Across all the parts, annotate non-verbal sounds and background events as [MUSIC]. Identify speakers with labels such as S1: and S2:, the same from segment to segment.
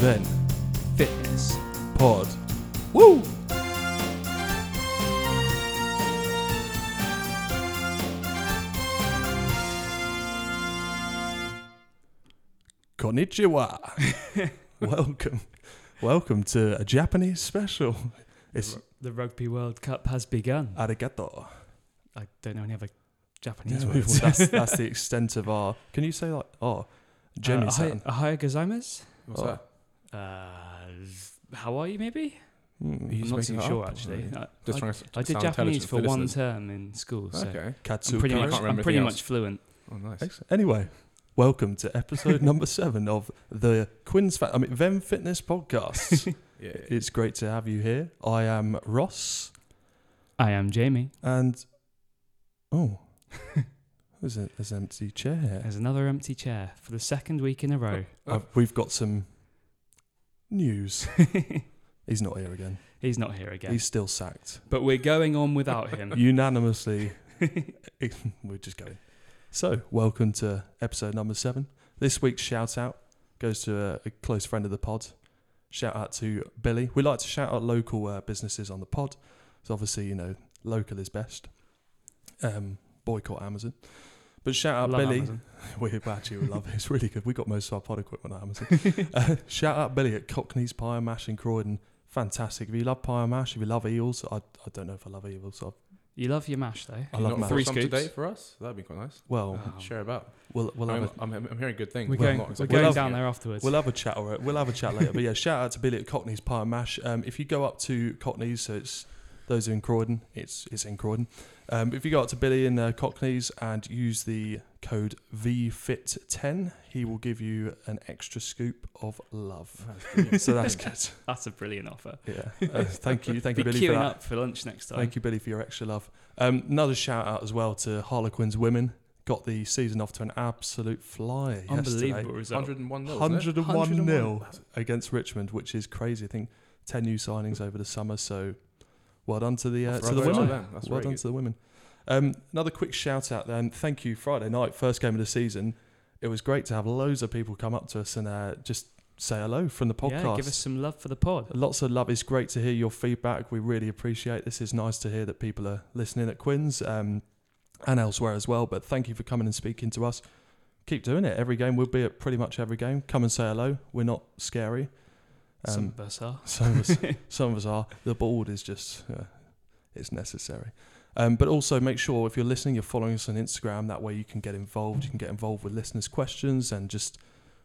S1: Urban Fitness Pod. Woo!
S2: [LAUGHS]
S1: Konnichiwa. welcome, welcome to a Japanese special. It's Uh,
S2: The Ru- the Rugby World Cup has begun.
S1: arigato.
S2: I don't know any other Japanese
S1: No, [LAUGHS]
S2: words.
S1: that's, that's the extent of our. Can you say like oh, Jimmy san?
S2: Uh, ahai- Ahai gozaimasu?
S3: What's
S1: Oh.
S3: that?
S2: Uh, Hawaii, maybe?
S1: Hmm,
S2: I'm
S3: you just
S2: not
S3: making
S2: too
S3: it
S2: sure,
S3: up,
S2: actually.
S3: or-
S2: I, I-
S3: Just trying to
S2: I did
S3: sound
S2: Japanese
S3: intelligent
S2: for one
S3: listeners.
S2: term in school, so
S3: Okay.
S2: I'm
S1: Katsuka.
S2: pretty,
S3: I
S2: much,
S3: can't
S2: I'm
S3: remember
S2: pretty
S3: anything
S2: much fluent.
S3: Oh, nice.
S1: Excellent. Anyway, welcome to episode number seven of the Quinn's Fa- I mean Vem Fitness Podcast.
S3: Yeah.
S1: it's great to have you here. I am Ross,
S2: I am Jamie.
S1: and oh, there's an there's an empty chair here.
S2: There's another empty chair for the second week in a row.
S1: I've- we've got some news. He's not here again.
S2: [LAUGHS] He's not here again.
S1: He's still sacked
S2: But we're going on without [LAUGHS] him.
S1: unanimously. [LAUGHS] we're just going. So, welcome to episode number seven. This week's shout out goes to a, a close friend of the pod. Shout out to Billy. We like to shout out local uh, businesses on the pod. So, obviously, you know, local is best. Um, boycott Amazon. But shout out [LAUGHS]
S2: Love
S1: Billy.
S2: Amazon.
S1: We actually love it. It's really good. We got most of our pod equipment on
S2: [LAUGHS]
S1: Amazon. uh, shout out Billy at Cockney's Pie and Mash in Croydon. Fantastic. If you love pie and mash, if you love eels, I, I don't know if I love eels. I,
S2: You love your mash, though.
S1: I love
S3: Not
S1: mash.
S3: three
S2: Three
S3: scoops today
S2: scoops.
S3: for us. That'd be quite nice.
S1: Well,
S2: Um,
S3: Share about.
S1: we'll, we'll have
S3: I'm,
S1: a
S3: I'm, I'm hearing good things.
S2: We're
S3: but I'm
S2: going,
S3: not
S2: we're
S3: exactly
S2: going
S1: love-
S2: down
S3: it.
S2: there afterwards.
S1: We'll have a chat. Or we'll have a chat later. But yeah, shout out to Billy at Cockney's Pie and Mash. Um, if you go up to Cockney's, so it's those in Croydon. It's it's in Croydon. Um, if you go up to Billy in uh, Cockney's and use the code VFIT10, he will give you an extra scoop of love.
S3: That's brilliant.
S1: So that's
S2: [LAUGHS]
S1: good.
S2: That's a brilliant offer.
S1: Yeah. Uh, thank you. Thank
S2: Be
S1: you, Billy, for
S2: queuing
S1: that.
S2: up for lunch next time.
S1: Thank you, Billy, for your extra love. Um, another shout out as well to Harlequin's Women. Got the season off to an absolute flyer yesterday.
S2: Unbelievable result.
S3: 101 nil. isn't it?
S1: 101
S3: 101.
S1: nil against Richmond, which is crazy. I think 10 new signings over the summer. So well done to the, uh,
S3: That's
S1: to the
S3: right,
S1: women.
S3: right, man. That's
S1: well
S3: very
S1: done
S3: good.
S1: to the women. Um, another quick shout out then. Thank you, Friday night, first game of the season. It was great to have loads of people come up to us and uh, just say hello from the podcast.
S2: Yeah, give us some love for the pod.
S1: Lots of love. It's great to hear your feedback. We really appreciate this. It's nice to hear that people are listening at Quinn's um, and elsewhere as well. But thank you for coming and speaking to us. Keep doing it. Every game, we'll be at pretty much every game. Come and say hello. We're not scary.
S2: some
S1: Um,
S2: of us are.
S1: some, of us, some of us are. The board is just, uh, it's necessary. Um, but also make sure if you're listening, you're following us on Instagram. That way you can get involved. You can get involved with listeners' questions and just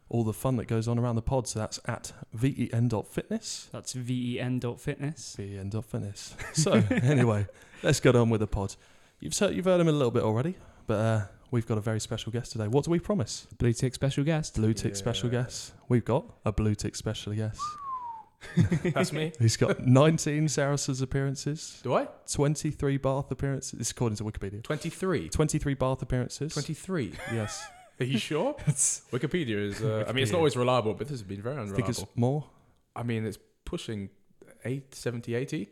S1: all the fun that goes on around the pod. So that's at E ven.fitness.
S2: That's ven.fitness.
S1: See you end up in this. [LAUGHS] So anyway, let's get on with the pod. You've heard, you've heard him a little bit already, but uh, we've got a very special guest today. What do we promise?
S2: Blue tick
S1: [LAUGHS]
S2: special guest.
S1: Blue tick special
S3: Yeah.
S1: guest. We've got a blue tick special guest.
S3: That's me.
S1: He's
S3: [LAUGHS]
S1: got 19 Saracens appearances,
S3: Do I?
S1: 23 Bath appearances. This is according to Wikipedia.
S3: 23.
S1: 23 Bath appearances.
S3: 23.
S1: Yes.
S3: Are you sure? Wikipedia is. Uh, I mean, it's
S1: Wikipedia.
S3: not always reliable, but this has been very
S1: I
S3: unreliable.
S1: think it's more.
S3: I mean, it's pushing 8, 70, 80,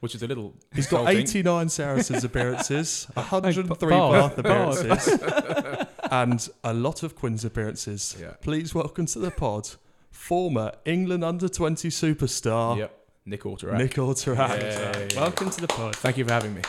S3: which is a little.
S1: He's got
S3: insulting.
S1: 89 Saracens
S3: [LAUGHS]
S1: appearances, 103
S2: Bath.
S1: Bath appearances, and a lot of Quinn's appearances.
S3: Yeah.
S1: Please welcome to the pod former England under 20 superstar
S3: Yep. Nick Autorak.
S1: Nick Alterac.
S3: Yay.
S2: Welcome to the pod.
S3: Thank you for having me.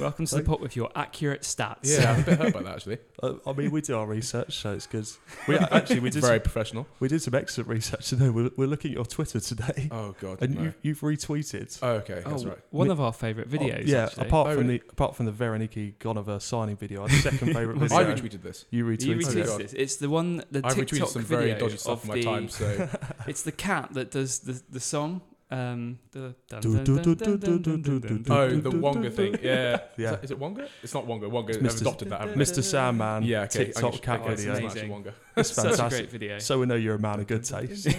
S2: Welcome to the pod with your accurate stats.
S3: Yeah, I'm [LAUGHS] a bit hurt by that actually.
S1: Uh, I mean, we do our research, so it's good.
S3: [LAUGHS]
S1: [LAUGHS] We actually we did
S3: very
S1: some,
S3: professional.
S1: we did some excellent research today. We're, we're looking at your Twitter today,
S3: Oh god.
S1: and
S3: no.
S1: you, you've retweeted.
S3: oh, okay,
S2: Oh,
S3: that's right.
S2: One of our favourite videos.
S1: Oh, yeah,
S2: actually.
S1: apart
S3: Oh,
S1: from
S3: really?
S1: the apart from the Veroniki Gonover signing video, our second favorite video.
S3: I retweeted this.
S1: you retweeted.
S2: You
S1: it.
S2: retweeted
S3: God.
S2: this. It's the one, the
S3: I
S2: TikTok
S3: retweeted some
S2: video
S3: very dodgy stuff
S2: of
S3: in my
S2: the,
S1: [LAUGHS]
S3: time, so
S2: [LAUGHS] It's the cat that does the, the song. Um, the dun
S1: Do,
S2: dun
S1: do,
S2: dun
S1: do, do,
S2: dun dun
S1: do,
S2: dun
S1: do,
S2: dun
S1: do,
S2: dun
S1: do.
S2: dun.
S3: Oh, the Wonga thing. Yeah.
S1: [LAUGHS] Yeah.
S3: Is, that, is it Wonga? It's not Wonga. Wonga.
S1: It's
S3: I've
S1: Mr.
S3: adopted that, haven't
S1: Mr. Sandman,
S3: I? Yeah, okay.
S1: TikTok cat
S2: okay,
S1: video.
S2: amazing.
S3: Wonga.
S1: It's
S2: Such a
S1: fantastic.
S2: great video.
S1: So [LAUGHS] we know you're a man of good
S2: [LAUGHS]
S1: taste,
S3: yeah.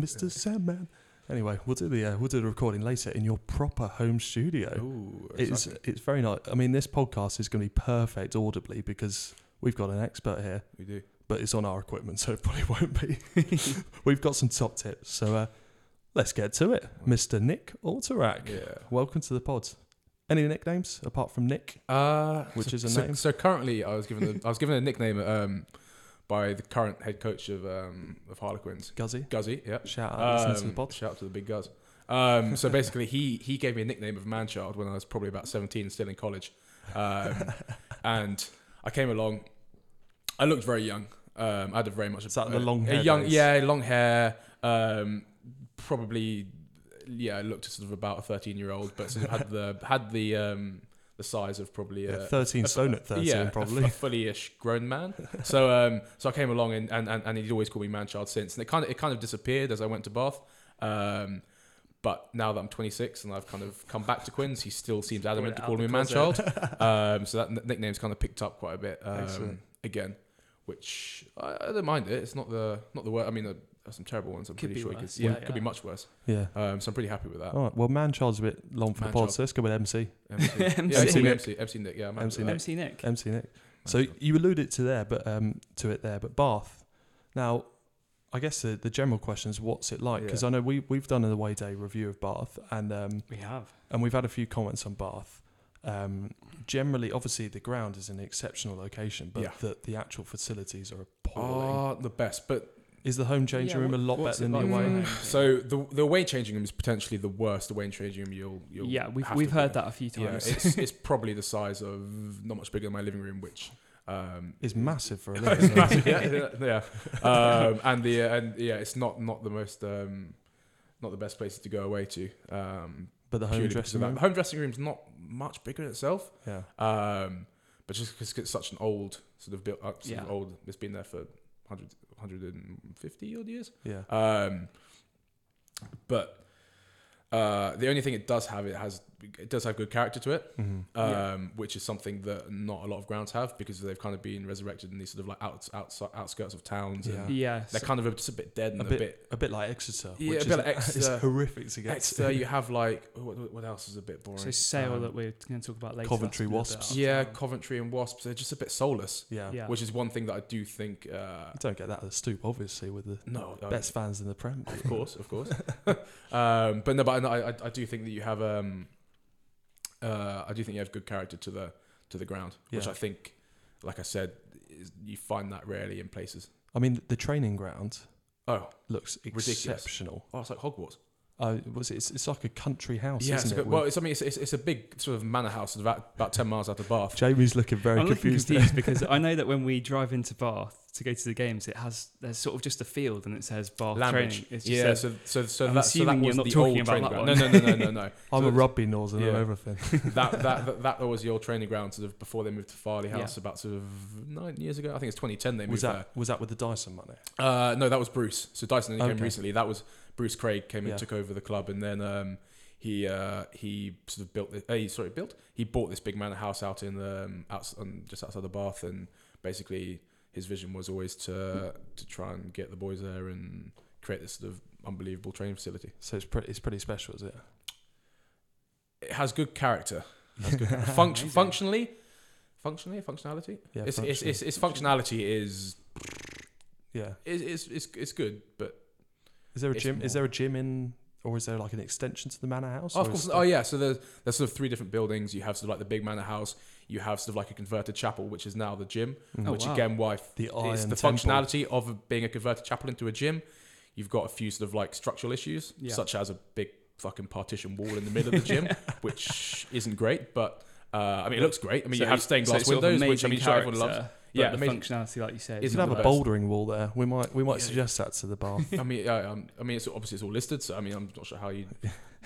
S1: Mr. Sandman. Anyway, we'll do the uh, we'll do the recording later in your proper home studio.
S3: Ooh.
S1: It's
S3: exciting.
S1: it's very nice. I mean, this podcast is going to be perfect audibly because we've got an expert here,
S3: We do.
S1: but it's on our equipment, [LAUGHS] so it probably won't
S3: [LAUGHS]
S1: be. we've got some top tips, so uh, let's get to it, Mr. Nick Alterac.
S3: Yeah.
S1: Welcome to the pod. Any nicknames apart from Nick?
S3: Uh,
S1: Which
S3: so-
S1: is a
S3: so,
S1: name.
S3: So currently, I was given a, I was given a nickname um, by the current head coach of um, of Harlequins,
S1: Guzzy.
S3: Guzzy. Yeah,
S1: Shout out, listen to the
S3: Um,
S1: pod.
S3: Shout out to the big guys. Um, so basically, he he gave me a nickname of Manchild when I was probably about 17, still in college,
S1: [LAUGHS]
S3: um, and I came along. I looked very young. Um, I had a very much
S1: Is that
S3: a,
S1: the long
S3: a
S1: hair
S3: young,
S1: days?
S3: yeah, long hair. Um, probably, yeah, I looked sort of about a thirteen-year-old, but sort of had the had the um, the size of probably
S1: Yeah,
S3: a,
S1: Thirteen
S3: a-
S1: stone at thirteen,
S3: yeah, [LAUGHS]
S1: probably.
S3: a, fully-ish grown man. So, um, so I came along and, and, and, and he'd always called me Manchild since, and it kind of it kind of disappeared as I went to Bath. Um, but now that I'm 26 and I've kind of come back to Quinns, he still seems adamant to
S2: Out
S3: call
S2: the
S3: me Manchild. Um, so that n- nickname's kind of picked up quite a bit um,
S1: Excellent.
S3: again, which I, I don't mind it. It's not the not the worst. I mean, there are some terrible ones. I'm
S2: Could
S3: pretty
S2: be
S3: sure it
S2: worse,
S3: could, yeah,
S2: yeah,
S3: it could be
S2: yeah.
S3: much worse.
S1: yeah. Oh.
S3: Um, so I'm pretty happy with that.
S1: All right. Well, man, Charles a bit long for the pod,
S3: Manchild.
S1: so let's go with MC.
S3: MC, yeah,
S2: MC.
S3: MC,
S1: Nick.
S3: MC, MC Nick. Yeah, I'm happy
S1: MC
S3: with that.
S2: MC Nick.
S1: MC Nick. So
S3: Manchild.
S1: you alluded to there, but um, to it there, but Bath. Now, I guess the, the general question is, what's it like? Because
S3: Yeah.
S1: I know we we've done an away day review of Bath, and um,
S2: We have.
S1: and we've had a few comments on Bath. Um, generally, obviously, the ground is an exceptional location, but
S3: Yeah. Ah.
S1: the, the actual facilities are appalling.
S3: are the best, but
S1: is the home change
S2: Yeah,
S1: room a
S2: what-
S1: lot
S2: what's
S1: better than
S2: it
S1: the
S2: like
S1: away?
S2: for home
S3: Mm.
S2: team?
S3: So the the away changing room is potentially the worst away changing room you'll you'll
S2: yeah, we've
S3: have
S2: we've
S3: to
S2: heard
S3: do.
S2: that a few
S3: Yeah,
S2: times. [LAUGHS]
S3: it's it's probably the size of not much bigger than my living room, which um [LAUGHS]
S1: Is massive for a living.
S3: it's massive, yeah, yeah, yeah. Um, and the uh, and yeah, it's not not the most um not the best places to go away to. Um,
S1: but the home
S3: purely because
S1: dressing
S3: of that.
S1: room,
S3: The home dressing room's not much bigger in itself.
S1: yeah,
S3: Um, but just because it's such an old sort of built up, sort of
S2: Yeah.
S3: old, it's been there for 100, 150 odd years.
S1: yeah.
S3: Um, but uh, the only thing it does have, it has, it does have good character to it,
S1: Mhm.
S3: um,
S2: Yeah.
S3: which is something that not a lot of grounds have because they've kind of been resurrected in these sort of like out, outs outskirts of towns.
S1: Yeah.
S3: And
S2: yeah,
S3: they're
S2: so-
S3: kind of just a bit dead and
S1: A
S3: a,
S1: bit-
S3: bit.
S1: A bit like Exeter,
S3: Yeah,
S1: which
S3: a
S1: is,
S3: bit like
S1: [LAUGHS]
S3: Exeter.
S1: it's horrifically to get
S3: Exeter,
S1: to.
S3: you have like what, what else is a bit boring?
S2: so Sale
S3: Um,
S2: that we're going to talk about later.
S1: Coventry
S2: that's a little bit
S1: Wasps.
S2: after
S3: yeah,
S2: that.
S3: Coventry and Wasps. They're just a bit soulless,
S1: [LAUGHS] yeah.
S2: yeah.
S3: which is one thing that I do think. Uh,
S1: You don't get that at the stoop, obviously, with the
S3: no, I-
S1: best fans in the Prem.
S3: of course, of course. [LAUGHS] um, but no, but I, I, I do think that you have um, uh, I do think you have good character to the to the ground, which
S1: Yeah.
S3: I think, like I said, is, you find that rarely in places.
S1: I mean, the training ground
S3: Oh,
S1: looks
S3: Ridiculous.
S1: exceptional.
S3: oh, it's like Hogwarts.
S1: Uh, was it, it's, it's like a country
S2: Oh,
S1: house,
S3: yeah,
S1: isn't
S3: it's a
S1: it?
S3: bit,
S1: with-
S3: well, it's I mean, it's, it's, it's a big sort of manor house about about ten miles out of Bath.
S1: Jamie's looking very
S2: I'm looking
S1: confused.
S2: confused because I know that when we drive into Bath to go to the games, it has there's sort of just a field and it says Bath
S3: Lambridge.
S2: training. It's just
S3: yeah,
S2: says-
S3: so so so
S2: I'm
S3: that, so that
S2: assuming you're
S3: was
S2: not
S3: the
S2: talking
S3: old
S2: about
S3: training
S2: that
S3: ground. No,
S2: [LAUGHS]
S3: no, no, no, no, no.
S1: I'm
S3: So
S1: a
S3: [LAUGHS] it's-
S1: rugby nose and I know
S3: yeah.
S1: everything.
S3: that, that that that was the old training ground sort of before they moved to Farley
S2: Yeah.
S3: House about sort of nine years ago. I think it's 2010 they moved
S1: was
S3: there.
S1: that was that with the Dyson money?
S3: Uh, no, that was Bruce. So Dyson only
S1: Okay.
S3: came recently. That was Bruce Craig came and
S1: Yeah.
S3: took over the club, and then um, he uh, he sort of built. The, uh, he sorry built. He bought this big manor house out in um, outs on, just outside of Bath, and basically his vision was always to to try and get the boys there and create this sort of unbelievable training facility.
S1: So it's pretty it's pretty special, is it?
S3: It has
S1: [LAUGHS]
S3: good character.
S1: That's good.
S3: Funct-
S2: Amazing.
S3: functionally, functionally, functionality.
S1: Yeah,
S3: it's, it's,
S1: functional.
S3: it's, it's functionality is
S1: yeah.
S3: is is is it's good, but
S1: Is there a
S3: it's
S1: gym? Is
S3: more-
S1: there a gym in, or is there like an extension to the manor house?
S3: Oh, of
S1: or is
S3: course.
S1: the-
S3: Oh, yeah. So there's, there's sort of three different buildings. You have sort of like the big manor house. You have sort of like a converted chapel, which is now the gym.
S1: Mm.
S2: Oh,
S3: which
S2: wow.
S3: again, why
S1: the iron
S3: it's the
S1: temple.
S3: functionality of being a converted chapel into a gym. You've got a few sort of like structural issues,
S2: Yeah.
S3: such as a big fucking partition wall in the middle of the
S2: [LAUGHS]
S3: gym, which isn't great. But uh, I mean, it looks great. I mean,
S2: so
S3: you have stained
S2: so
S3: glass
S2: it's sort of
S3: windows, which I
S2: amazing
S3: mean, sure everyone loves.
S2: character, but
S3: Yeah,
S2: the
S3: amazing.
S2: functionality, like you say,
S3: It's
S1: You
S2: is
S1: could have
S2: not
S1: a
S2: the
S3: best.
S1: bouldering wall there. We might we might
S3: Yeah.
S1: suggest that to the bath.
S3: I mean, yeah, um, I mean, it's obviously it's all listed, so I mean, I'm not sure how
S2: [LAUGHS]
S3: you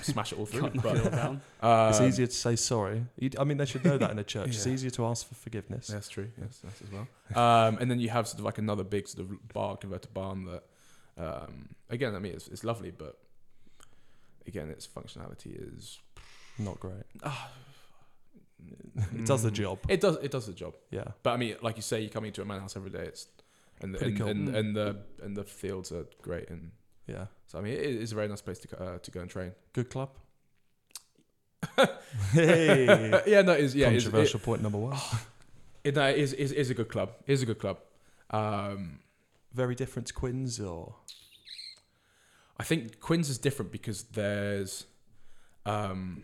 S3: smash it all
S2: best.
S3: through.
S2: Can't knock it all
S3: but
S2: down.
S3: um,
S1: it's easier to say sorry. You d- I mean, they should know that in a church. It's
S3: [LAUGHS] Yeah.
S1: easier to ask for forgiveness.
S3: That's true. Yes, that's as well. Um, and then you have sort of like another big sort of bar converted barn that, um, again, I mean, it's, it's lovely, but again, its functionality is
S1: Not great. It does the
S3: Ah. Mm.
S1: job.
S3: It does it does the job.
S1: Yeah.
S3: But I mean, like you say, you come into a man house every day. It's and the,
S1: Pretty
S3: and,
S1: cool.
S3: and,
S2: Mm.
S3: and the and the fields are great, and
S1: Yeah.
S3: so I mean, it is a very nice place to go- uh, to go and train.
S1: Good
S3: [LAUGHS]
S1: club. hey.
S3: [LAUGHS] yeah, no, it's yeah, it's, it,
S1: Controversial point number one.
S3: it, no, it is, is is a good club. It is a good club. Um,
S1: Very different to Quinn's or
S3: I think Quinn's is different because there's, um,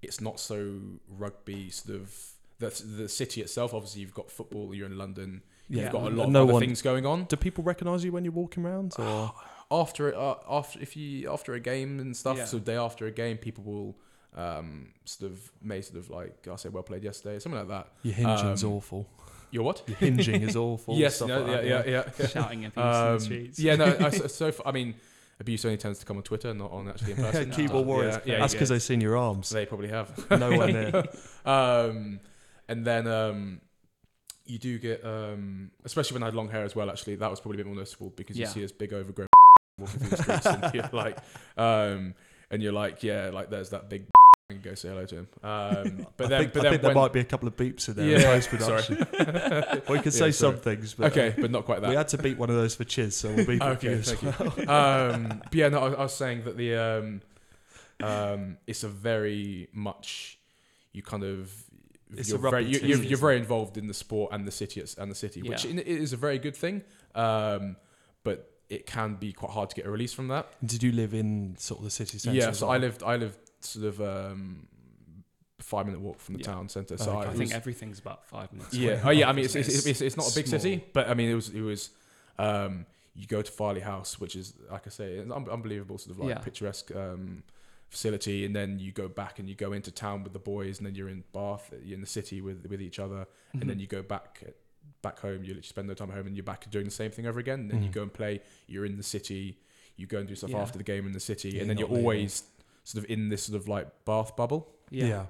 S3: it's not so rugby sort of. the the city itself. Obviously, you've got football. You're in London.
S1: Yeah,
S3: You've got a lot
S1: no
S3: of other
S1: one.
S3: things going on.
S1: Do people recognise you when you're walking around? Or
S3: after uh, after if you after a game and stuff,
S2: Yeah.
S3: so day after a game, people will um, sort of may sort of like "Oh, I say, well played yesterday, something like that.
S1: your hinging's
S3: Um,
S1: awful.
S3: Your what?
S1: Your hinging is awful.
S3: [LAUGHS] yes,
S1: stuff
S3: no,
S1: like
S3: yeah,
S1: that,
S3: yeah, yeah, yeah. [LAUGHS]
S2: shouting abuse in
S3: Um,
S2: the streets.
S3: yeah, no.
S1: [LAUGHS]
S3: I, so, so far, I mean, abuse only tends to come on Twitter, not on actually in person.
S1: [LAUGHS]
S2: No.
S1: Keyboard warriors.
S3: Yeah, yeah,
S1: That's
S3: yeah.
S1: because they've seen your arms.
S3: They probably have.
S1: Nowhere near.
S3: [LAUGHS] um, and then um, you do get, um, especially when I had long hair as well. Actually, that was probably a bit more noticeable because
S2: Yeah.
S3: you see this big overgrown walking through the streets, and you're like, um, and you're like, yeah, like there's that big. [LAUGHS] And go say hello to him. Um, but
S1: I
S3: then,
S1: think,
S3: but
S1: I
S3: then
S1: think
S3: when,
S1: there might be a couple of beeps in there
S3: Yeah,
S1: in post production.
S3: [LAUGHS] sorry.
S1: [LAUGHS] We can say
S3: Yeah, sorry.
S1: some things, but
S3: [LAUGHS] okay, but not quite that.
S1: we had to beat one of those for Chiz, so we'll beep it for
S3: Okay,
S1: you as
S3: thank you.
S1: well.
S3: um, but yeah, no, I, I was saying that the um, um, it's a very much you kind of
S1: It's
S3: you're
S1: a rugby
S3: very you,
S1: team,
S3: you're,
S1: isn't
S3: you're very involved in the sport and the city it's- and the city, which
S2: Yeah.
S3: in, it is a very good thing. Um, but it can be quite hard to get a release from that.
S1: Did you live in sort of the city centre?
S3: yeah,
S1: as
S3: so
S1: well?
S3: I lived I lived sort of um, five minute walk from the
S2: Yeah.
S3: town centre.
S1: Oh, Okay.
S3: So
S2: I
S3: I,
S2: think
S3: was-
S2: everything's about five minutes.
S3: yeah,
S2: away.
S3: oh yeah. I mean, it's
S2: Isn't
S3: it's,
S2: it?
S3: it's, it's not a big city,
S1: small.
S3: but I mean, it was it was. Um, you go to Farley House, which is like I say, an un- unbelievable sort of like
S2: Yeah.
S3: picturesque um, facility, and then you go back and you go into town with the boys, and then you're in Bath, you're in the city with with each other, and
S1: Mm-hmm.
S3: then you go back back home. You literally spend no time at home, and you're back doing the same thing over again. And then you
S1: Mhm.
S3: go and play. You're in the city. You go and do stuff
S2: Yeah.
S3: after the game in the city,
S1: Yeah,
S3: and then
S1: you're
S3: you're
S1: not leaving.
S3: always sort of in this sort of like Bath bubble,
S1: yeah.
S2: yeah.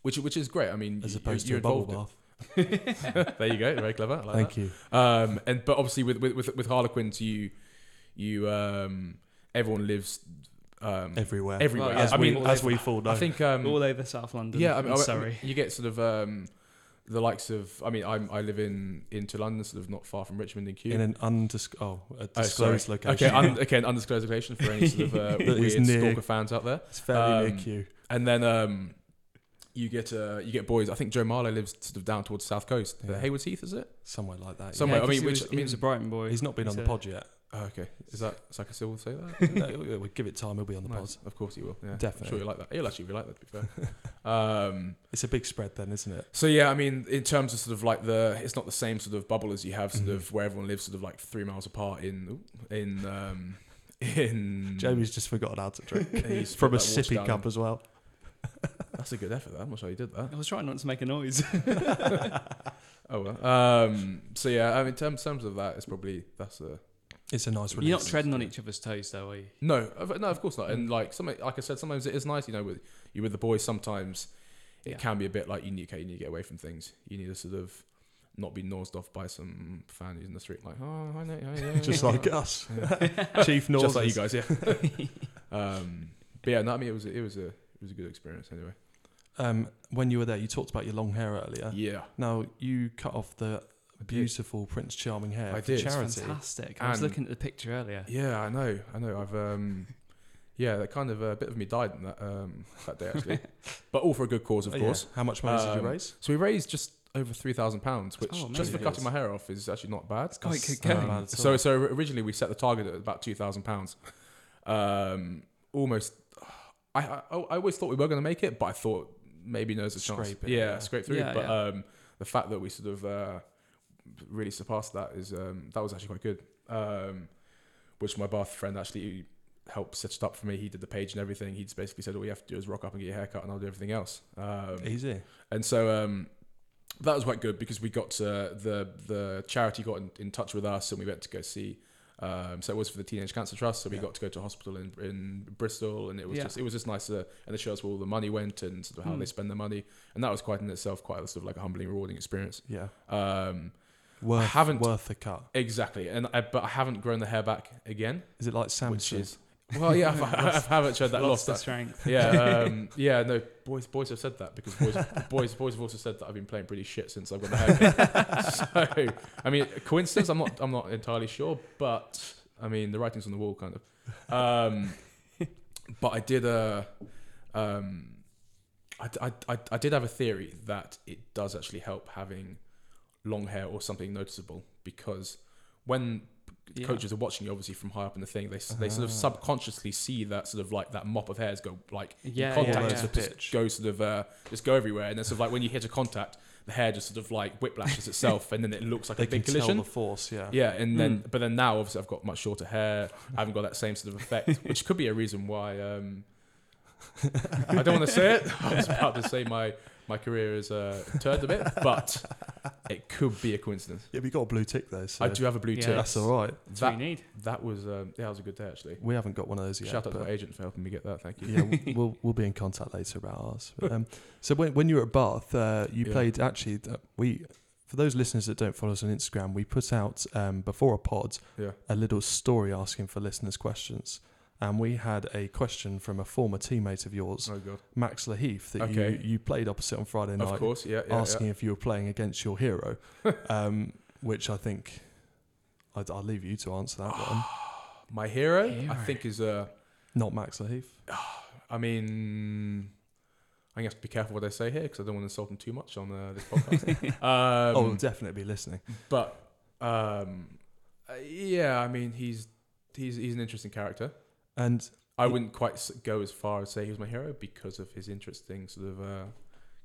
S3: which which is great. I mean,
S1: as
S3: you-
S1: opposed
S3: you're
S1: to a bubble
S3: involved in-
S1: bath.
S3: [LAUGHS] there you go. Very clever. I like
S1: Thank
S3: that.
S1: you.
S3: Um, and but obviously with with with, with Harlequins, you you um, everyone lives um,
S1: Everywhere.
S3: everywhere.
S2: Well, yeah.
S1: As,
S3: I
S1: we,
S3: mean,
S1: as we fall down.
S3: I think um,
S2: all over South London.
S3: yeah, I mean, I-
S2: sorry.
S3: you get sort of um, the likes of. I mean, I'm, I live in into London, sort of not far from Richmond in Kew.
S1: in an undisclosed, oh, a
S3: Oh,
S1: disclosed
S3: sorry.
S1: location.
S3: Okay, un- okay, an undisclosed location for any sort of uh,
S1: [LAUGHS] That is
S3: weird
S1: near-
S3: stalker fans out there.
S1: it's fairly near
S3: um,
S1: Q.
S3: And then um, you get uh, you get boys. I think Joe Marlowe lives sort of down towards South Coast. Uh,
S1: Yeah.
S3: Haywards Heath, is it?
S1: somewhere like that.
S3: somewhere, I
S2: Yeah, 'cause
S3: mean,
S2: he
S3: which-
S2: was,
S3: I
S2: he
S3: mean-
S2: was a Brighton boy.
S1: yeah. He's not been on the
S2: He's a-
S1: pod yet.
S3: Oh, okay, is that so? I can still say that.
S1: [LAUGHS] no, we- we give it time, he'll be on the pod.
S3: Nice. Of course you will. Yeah.
S1: Definitely.
S3: I'm sure you like that. You'll actually really like that, to be fair. [LAUGHS] um,
S1: It's a big spread then, isn't it?
S3: so, yeah, I mean, in terms of sort of like the, it's not the same sort of bubble as you have sort
S1: Mm-hmm.
S3: of where everyone lives sort of like three miles apart in, in, um, [LAUGHS] in.
S1: Jamie's just forgotten how to drink.
S3: He's
S1: From a
S3: put that water
S1: sippy
S3: down.
S1: cup as well.
S3: [LAUGHS] That's a good effort, that. I'm not sure you did that.
S2: I was trying not to make a noise.
S1: [LAUGHS]
S3: [LAUGHS] Oh, well. Um, so, yeah, I mean, in terms, terms of that, it's probably, that's a.
S1: It's a nice release.
S2: You're not treading on each other's toes, though, are you?
S3: No, of- no, of course not. And like, some, like I said, sometimes it is nice, you know, with you with the boys, sometimes it
S2: Yeah.
S3: can be a bit like you need, okay, you need to get away from things. You need to sort of not be nosed off by some fan who's in the street, like, oh, I know, I know.
S1: just
S3: [LAUGHS]
S1: like us. [LAUGHS] Chief North.
S3: just like you guys, yeah.
S1: [LAUGHS]
S3: [LAUGHS] um, but yeah, no, I mean, it was, a- it was a, it was a good experience anyway.
S1: Um, when you were there, you talked about your long hair earlier.
S3: Yeah,
S1: Now, you cut off the beautiful Prince Charming hair
S3: I
S1: for
S3: did. It's
S2: It's
S1: charity.
S2: fantastic. I was
S3: And-
S2: looking at the picture earlier.
S3: yeah, I know, I know. I've, um, yeah, that kind of a bit of me died in that um, that day
S1: [LAUGHS]
S3: actually, but all for a good cause, of
S1: Oh, yeah.
S3: course.
S1: How much money did
S3: Um,
S1: you raise?
S3: So we raised just over three thousand pounds, which
S2: Oh,
S3: just for
S2: amazing.
S3: cutting my hair off is actually not bad. Um,
S2: quite
S1: That's
S2: good going.
S1: not bad at
S3: So
S1: all.
S3: so originally we set the target at about two thousand pounds. Um, almost. I, I I always thought we were going to make it, but I thought maybe there's a chance.
S1: Scrape it,
S3: yeah,
S1: yeah.
S3: scrape through.
S2: Yeah,
S3: but
S2: yeah.
S3: um, the fact that we sort of uh, really surpassed that is um, that was actually quite good. Um, which my Bath friend actually helped set it up for me. He did the page and everything. He just basically said all you have to do is rock up and get your haircut, and I'll do everything else. Um,
S1: Easy.
S3: and so um, that was quite good because we got to the the charity got in, in touch with us and we went to go see. Um, so it was for the Teenage Cancer Trust. So we
S1: Yeah.
S3: got to go to a hospital in, in Bristol, and it was
S2: Yeah.
S3: just it was just nice. Uh, and they showed us where all the money went and sort of how
S2: Hmm.
S3: they spend their money, and that was quite in itself quite a sort of like a humbling, rewarding experience.
S1: Yeah.
S3: Um,
S1: Worth,
S3: haven't-
S1: worth the cut.
S3: exactly, and I, but I haven't grown the hair back again,
S1: Is it like
S3: which
S1: Samson?
S3: is well, yeah, [LAUGHS] I, I haven't showed that
S2: Lost
S3: lost.
S2: the strength.
S3: yeah, um, yeah, no, boys, boys have said that because boys, boys, boys have also said that I've been playing pretty shit since I've got the haircut. [LAUGHS] so, I mean, coincidence? I'm not, I'm not entirely sure, but I mean, the writing's on the wall, kind of. Um, but I did a, um, I, I, I, I did have a theory that it does actually help having long hair or something noticeable because when
S2: Yeah.
S3: coaches are watching you obviously from high up in the thing they, s they sort of
S1: Ah.
S3: subconsciously see that sort of like that mop of hairs go like
S2: Yeah,
S3: contact
S2: yeah,
S3: is
S2: yeah.
S3: just go sort of uh, just go everywhere and then sort of like when you hit a contact the hair just sort of like whiplashes itself, and then it looks like
S1: They
S3: a big
S1: can
S3: collision.
S1: tell the force, yeah.
S3: Yeah, and then
S2: Mm.
S3: but then now obviously I've got much shorter hair. I haven't got that same sort of
S2: [LAUGHS]
S3: effect, which could be a reason why. Um, I don't want to say it. [LAUGHS] I was about to say my my career is uh, turned a bit, but it could be a coincidence.
S1: Yeah, we got a blue tick though, so
S3: I do have a blue
S2: Yeah.
S3: tick.
S1: that's all right.
S2: That's what
S3: That
S2: you need.
S3: that was um, yeah, that was a good day actually.
S1: We haven't got one of those yet.
S3: Shout out to
S1: but-
S3: my agent for helping me get that. Thank you.
S1: yeah,
S3: [LAUGHS]
S1: w- we'll we'll be in contact later about ours. But, um, so when when you were at Bath, uh, you
S3: Yeah.
S1: played actually. Uh, we for those listeners that don't follow us on Instagram, we put out um, before a pod
S3: Yeah.
S1: a little story asking for listeners' questions, and we had a question from a former teammate of yours,
S3: Oh god.
S1: Max Laheath, that
S3: Okay.
S1: you you played opposite on Friday night,
S3: Of course. Yeah. yeah, yeah.
S1: asking if you were playing against your
S3: [LAUGHS]
S1: hero, um, which I think. I'd, I'll leave you to answer that
S3: [GASPS]
S1: one.
S3: My hero, I
S2: Hero.
S3: think, is uh,
S1: Not Max Laheath.
S3: I mean, I have to be careful what I say here because I don't want to insult him too much on uh, this
S1: [LAUGHS]
S3: podcast. um,
S1: oh, we'll definitely be listening.
S3: But um, uh, yeah, I mean, he's he's he's an interesting character.
S1: And
S3: [LAUGHS] I
S1: He-
S3: wouldn't quite s- go as far as say he was my hero because of his interesting sort of uh,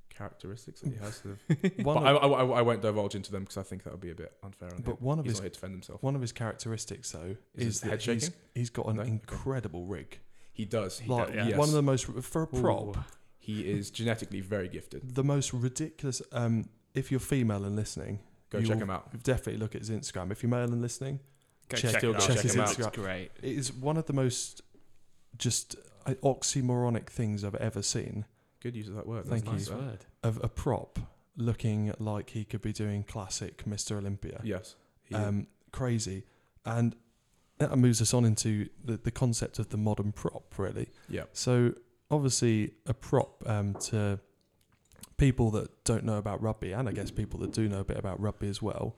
S3: characteristics that he has. Sort of.
S1: one
S3: but
S1: of-
S3: I, I, I- I won't divulge into them because I think that would be a bit unfair. On him.
S1: But one of
S3: he's
S1: his
S3: not here to defend himself.
S1: one of his characteristics though
S3: Is
S1: is,
S3: his
S1: that
S3: head
S1: he's,
S3: shaking?
S1: he's got an
S3: No? Okay.
S1: incredible rig.
S3: He does.
S2: He
S1: Like
S2: got- yeah.
S1: one
S3: Yes.
S1: of the most for a prop,
S2: Ooh.
S3: He is genetically very gifted.
S1: the most ridiculous. Um, if you're female and listening,
S3: Go
S1: You
S3: check
S1: will-
S3: him out.
S1: definitely look at his Instagram. If you're male and listening,
S2: Go
S1: Check-
S2: check,
S3: still
S2: it
S3: go
S2: out.
S3: check him
S2: It's
S1: out.
S2: Great.
S1: it is one of the most just uh, oxymoronic things I've ever seen
S3: Good use of that word.
S1: Thank
S3: That's
S1: you.
S3: nice,
S2: Nice
S3: that.
S2: word.
S1: of a prop looking like he could be doing classic Mr. Olympia.
S3: Yes. He is.
S1: um, crazy. And that moves us on into the, the concept of the modern prop, really.
S3: Yeah.
S1: So, obviously, a prop um, to people that don't know about rugby, and I guess people that do know a bit about rugby as well,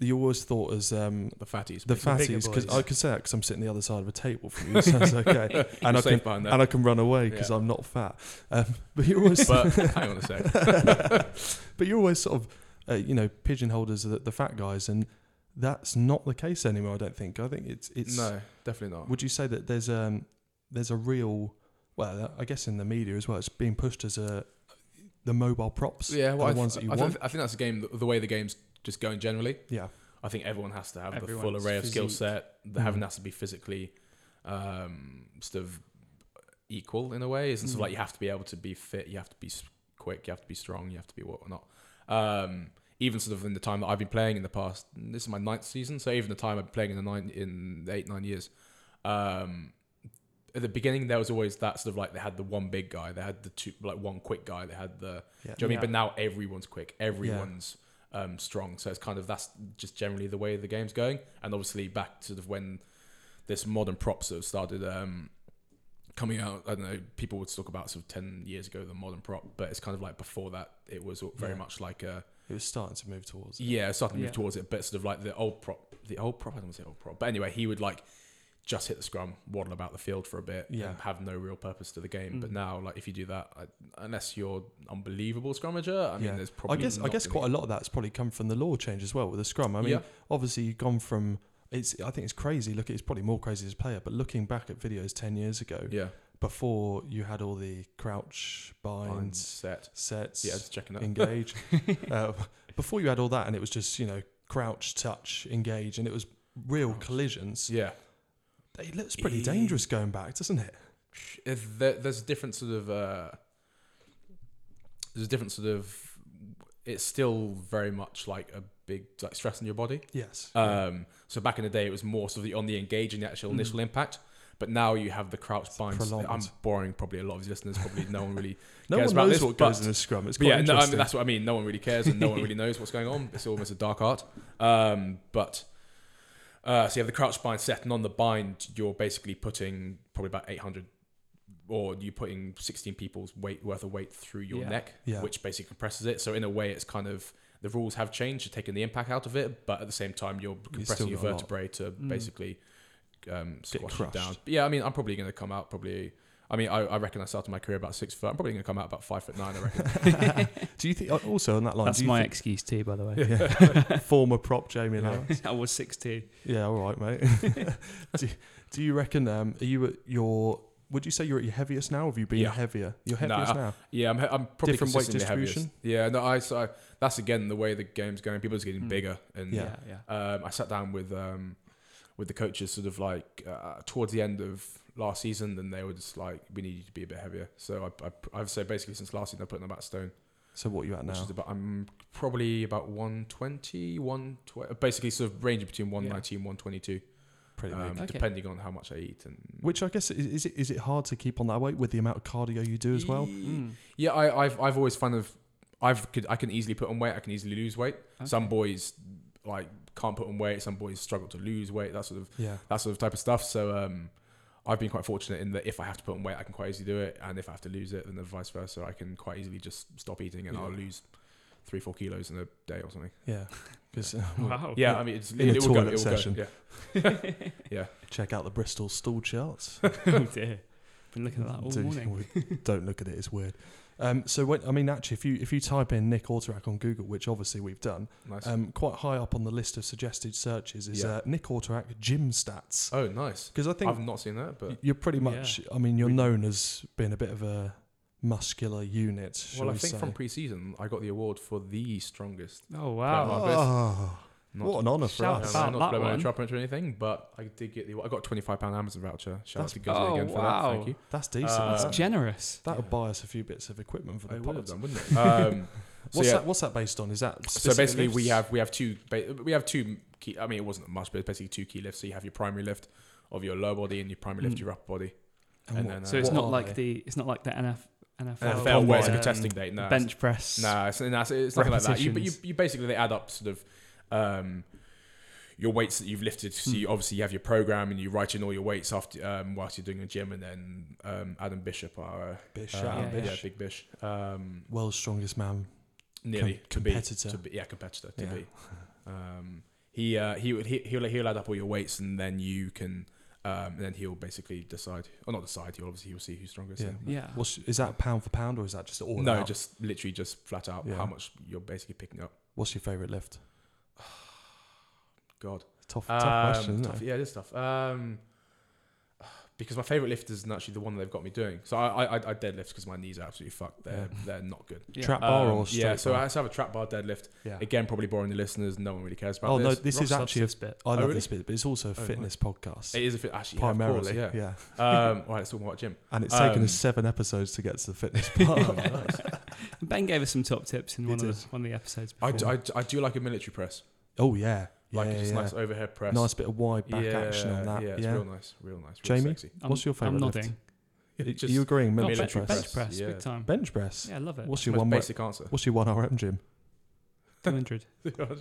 S1: you always thought as um,
S3: the fatties.
S1: the
S2: The bigger
S1: fatties, because
S2: boys.
S1: I can say that because I'm sitting the other side of a table
S3: [LAUGHS]
S1: from you, so it's okay. and, I can,
S3: behind
S1: and I can run away because
S3: Yeah.
S1: I'm not fat. Um, but you're always [LAUGHS]
S3: but hang on a sec.
S1: but you're always sort of, uh, you know, pigeonholed as the, the fat guys, and that's not the case anymore. I don't think. I think it's it's.
S3: no, definitely not.
S1: Would you say that there's um there's a real well, uh, I guess in the media as well, it's being pushed as a the mobile props.
S3: yeah, well,
S1: are
S3: I,
S1: the
S3: th-
S1: ones that you
S3: I, th-
S1: want.
S3: I think that's the game. The, the way the game's just going generally,
S1: yeah,
S3: I think everyone has to have the full
S2: Everyone's
S3: array of skill
S2: physique.
S3: set. The having
S1: Mm.
S3: has to be physically, um, sort of equal in a way. Isn't sort of
S1: Mm.
S3: like you have to be able to be fit. You have to be s- quick. You have to be strong. You have to be whatnot. Um, even sort of in the time that I've been playing in the past, mm, this is my ninth season. So even the time I've been playing in the nine in the eight nine years, um, at the beginning there was always that sort of like they had the one big guy, they had the two like one quick guy, they had the
S1: Yeah.
S3: do you know what I mean?
S2: Yeah.
S3: But now everyone's quick, everyone's um, strong. So it's kind of that's just generally the way the game's going. And obviously back sort of when this modern props have started um, coming out, I don't know, people would talk about sort of ten years ago the modern prop, but it's kind of like before that it was very
S1: Yeah.
S3: much like a
S1: it was starting to move towards. it.
S3: yeah, starting to move
S2: Yeah.
S3: towards it, but sort of like the old prop, the old prop. I don't want to say old prop, but anyway, he would like just hit the scrum, waddle about the field for a bit,
S1: Yeah.
S3: and have no real purpose to the game. But
S2: Mm.
S3: now, like if you do that, I, unless you're unbelievable scrummager, I mean,
S1: Yeah.
S3: there's probably
S1: I guess I
S3: not
S1: guess
S3: gonna
S1: quite a lot of that's probably come from the law change as well with the scrum. I mean,
S3: Yeah.
S1: obviously you've gone from it's. I think it's crazy. Look, it's probably more crazy as a player, but looking back at videos ten years ago,
S3: be- yeah,
S1: before you had all the crouch
S3: Mind
S1: binds,
S3: set.
S1: sets,
S3: Yeah, just checking that. [LAUGHS]
S1: engage. uh, before you had all that, and it was just you know crouch, touch, engage, and it was real
S3: Crouch.
S1: collisions.
S3: Yeah,
S1: It looks pretty
S3: Yeah.
S1: dangerous going back, doesn't it?
S3: if there, there's a different sort of uh, there's a different sort of it's still very much like a big like stress on your body.
S1: Yes.
S3: Um, so back in the day, it was more sort of the, on the engage and the actual initial impact. But now you have the crouch binds.
S1: prolonged.
S3: I'm boring probably a lot of your listeners. Probably no one really.
S1: no
S3: cares
S1: one
S3: about
S1: knows
S3: this,
S1: what goes
S3: but-
S1: in a scrum. It's
S3: but
S1: quite
S3: yeah, no, I mean,
S1: interesting.
S3: that's what I mean. No one really cares and no one really knows what's going on. It's almost a dark art. Um, but uh, so you have the crouch bind set, and on the bind, you're basically putting probably about 800 or you're putting 16 people's weight worth of weight through your
S2: Yeah.
S3: neck,
S1: Yeah.
S3: which basically compresses it. So in a way, it's kind of the rules have changed, you're taking the impact out of it, but at the same time, you're
S1: still
S3: compressing your
S1: got a lot.
S3: vertebrae to basically um, squash it
S1: crushed.
S3: down. But yeah, I mean, I'm probably going to come out probably. I mean, I, I reckon I started my career about six foot. I'm probably going to come out about five foot nine. I reckon.
S1: [LAUGHS] do you think uh, also on that line?
S2: That's
S1: do you
S2: my
S1: think,
S2: excuse too, by
S3: [LAUGHS]
S2: the way.
S1: [LAUGHS] Yeah. former prop Jamie
S3: Yeah.
S1: Lowry.
S2: [LAUGHS] I was 16.
S3: [LAUGHS]
S1: [LAUGHS] Yeah, all right, mate. do, do you reckon? Um, are you at your Would you say you're at your heaviest now? Or have you been
S3: Yeah.
S1: heavier? You're
S3: No,
S1: heaviest now.
S3: Yeah, I'm, I'm probably
S1: Different weight
S3: consistently heaviest.
S1: distribution?
S3: Yeah, no, I so I, that's again the way the game's going. People just getting
S2: Mm.
S3: bigger, and
S1: Yeah.
S2: yeah, yeah.
S3: um, I sat down with um, with the coaches sort of like uh, towards the end of last season, and they were just like, "We need you to be a bit heavier." So I, I I've said basically since last season, I'm putting them at stone,
S1: So what are you at
S3: which
S1: now?
S3: is about I'm probably about 120, 120 basically sort of ranging between 119, 122,
S1: Pretty
S3: um,
S1: big.
S2: Okay.
S3: depending on how much I eat and
S1: Which I guess is, is it is it hard to keep on that weight with the amount of cardio you do as well?
S3: [LAUGHS]
S2: Mm.
S3: Yeah, I, I've I've always found of I've could I can easily put on weight. I can easily lose weight. Some
S2: Okay.
S3: boys like can't put on weight. Some boys struggle to lose weight. That sort of
S1: Yeah.
S3: that sort of type of stuff. So um, I've been quite fortunate in that if I have to put on weight, I can quite easily do it, and if I have to lose it, and then vice versa, I can quite easily just stop eating and
S1: Yeah.
S3: I'll lose three four kilos in a day or something. [LAUGHS]
S1: Yeah. uh, Because
S2: Wow.
S3: Oh, Yeah, I mean it's,
S1: In
S3: it,
S1: a
S3: it will go.
S1: toilet
S3: It will
S1: session.
S3: go. Yeah.
S1: check out the Bristol stool
S3: [LAUGHS]
S1: charts.
S2: [LAUGHS] oh dear. Been looking at that
S1: [LAUGHS]
S2: all
S1: Do-
S2: morning.
S1: we- don't look at it; it's weird. Um, so when, I mean, actually, if you if you type in Nick Autorak on Google, which obviously we've done,
S3: Nice.
S1: um, quite high up on the list of suggested searches is
S3: Yeah.
S1: uh, Nick Autorak gym stats
S3: oh, nice.
S1: because I think
S3: I've not seen that,
S1: y-
S3: but
S1: you're pretty
S2: Yeah.
S1: much. I mean, you're
S3: We-
S1: known as being a bit of a muscular unit. shall
S3: well, I
S1: we
S3: think
S1: say.
S3: from pre-season I got the award for the strongest.
S2: Oh wow.
S3: Wow.
S1: Oh,
S3: Not
S1: what an honour for
S2: Shout
S3: Yeah,
S1: us!
S2: out.
S3: man,
S2: about
S3: not
S2: that
S3: to blow my
S2: one.
S3: trumpet or anything, but I did get the. I got a twenty-five pound Amazon voucher. Shout
S1: That's-
S3: out to Gizzy
S2: oh,
S3: again for
S2: wow.
S3: that. Thank you.
S1: That's decent.
S3: Uh,
S1: isn't
S2: That's
S1: it?
S3: gen-
S2: generous.
S1: That'll buy us a few bits of equipment for the
S3: I would have
S1: pods.
S3: done, wouldn't it? Um, so
S1: What's
S3: yeah,
S1: that? What's that based on? Is that
S3: so
S1: specific
S3: basically, we
S1: lifts?
S3: have we have two ba- we have two key. I mean, it wasn't much, but it's basically two key lifts. So you have your primary lift of your lower body and your primary lift
S2: Mm.
S3: your upper body.
S1: And
S3: and
S1: what-
S3: then, uh,
S2: So it's
S1: What
S2: not
S1: are
S2: like
S1: they?
S2: the it's not like the NF, NFL,
S3: And
S1: Oh,
S3: then fail where it's
S1: um,
S3: like a testing date. No,
S2: bench press.
S3: No, it's, no, it's, it's nothing like that. You, but you,
S2: Repetitions.
S3: you basically they add up sort of um, your weights that you've lifted. So
S2: Mm.
S3: you obviously you have your program and you write in all your weights after um, whilst you're doing the gym, and then um, Adam Bishop, our
S1: Bish,
S3: um,
S1: shout out
S2: yeah,
S1: Bish.
S3: yeah, big Bish, um,
S1: world's strongest man.
S3: nearly
S1: Com-
S3: to be-
S1: competitor.
S3: to be, yeah, competitor to
S1: Yeah.
S3: be. Um, he uh, he would he, he'll he'll add up all your weights, and then you can. Um, and then he'll basically decide, or not decide. He'll obviously he'll see who's strongest.
S1: Yeah.
S3: and-
S2: Yeah.
S1: What's, is that pound for pound or is that just all?
S3: no,
S1: out?
S3: just literally just flat out
S1: Yeah.
S3: how much you're basically picking up.
S1: What's your favourite lift?
S3: God,
S1: Tough,
S3: Um,
S1: tough question, isn't
S3: tough-
S1: it?
S3: Yeah, it is tough. Um, because my favorite lift isn't actually the one they've got me doing. So I I, I deadlift because my knees are absolutely fucked. They're they're not good.
S2: Yeah.
S1: Trap bar
S3: Um,
S1: or straight
S3: yeah, so I
S1: bar?
S3: have to have a trap bar deadlift.
S1: yeah.
S3: Again, probably boring the listeners. No one really cares about
S1: Oh no,
S3: this. "Oh,
S1: this is
S2: Rock
S1: actually a,
S2: substance bit.
S1: I love
S3: really?
S1: this bit, but it's also a
S3: right.
S1: fitness podcast
S3: It is a fit, actually yeah, of
S1: primarily.
S3: course,
S1: yeah. [LAUGHS]
S3: yeah. um, all right, let's talk about gym.
S1: and it's taken
S3: Um,
S1: us seven episodes to get to the
S3: [LAUGHS]
S1: fitness [LAUGHS]
S2: [LAUGHS]
S1: part.
S2: Ben gave us some top tips in
S1: Oh, He
S2: one of,
S1: did.
S2: the, one of the episodes.
S3: I,
S2: before.
S3: do- I, do- I do like a military press,
S1: oh yeah,
S3: like
S1: yeah,
S3: just
S1: yeah.
S3: nice overhead press.
S1: nice bit of wide back
S3: yeah,
S1: action on that.
S3: Yeah,
S1: Yeah,
S3: it's real nice, real nice. Real
S1: Jamie?
S3: sexy.
S2: I'm-
S1: What's your favourite
S2: I'm
S1: lift?
S2: nodding.
S1: Are
S3: Just
S1: you agreeing?
S2: Oh,
S1: Military
S2: bench,
S1: press,
S2: press. bench press,
S3: yeah.
S2: big time.
S1: bench press.
S2: Yeah, I love it. [LAUGHS]
S1: What's your
S3: most
S1: one? rep-
S3: basic
S1: [LAUGHS]
S3: answer.
S1: What's your one RM gym?
S2: 200,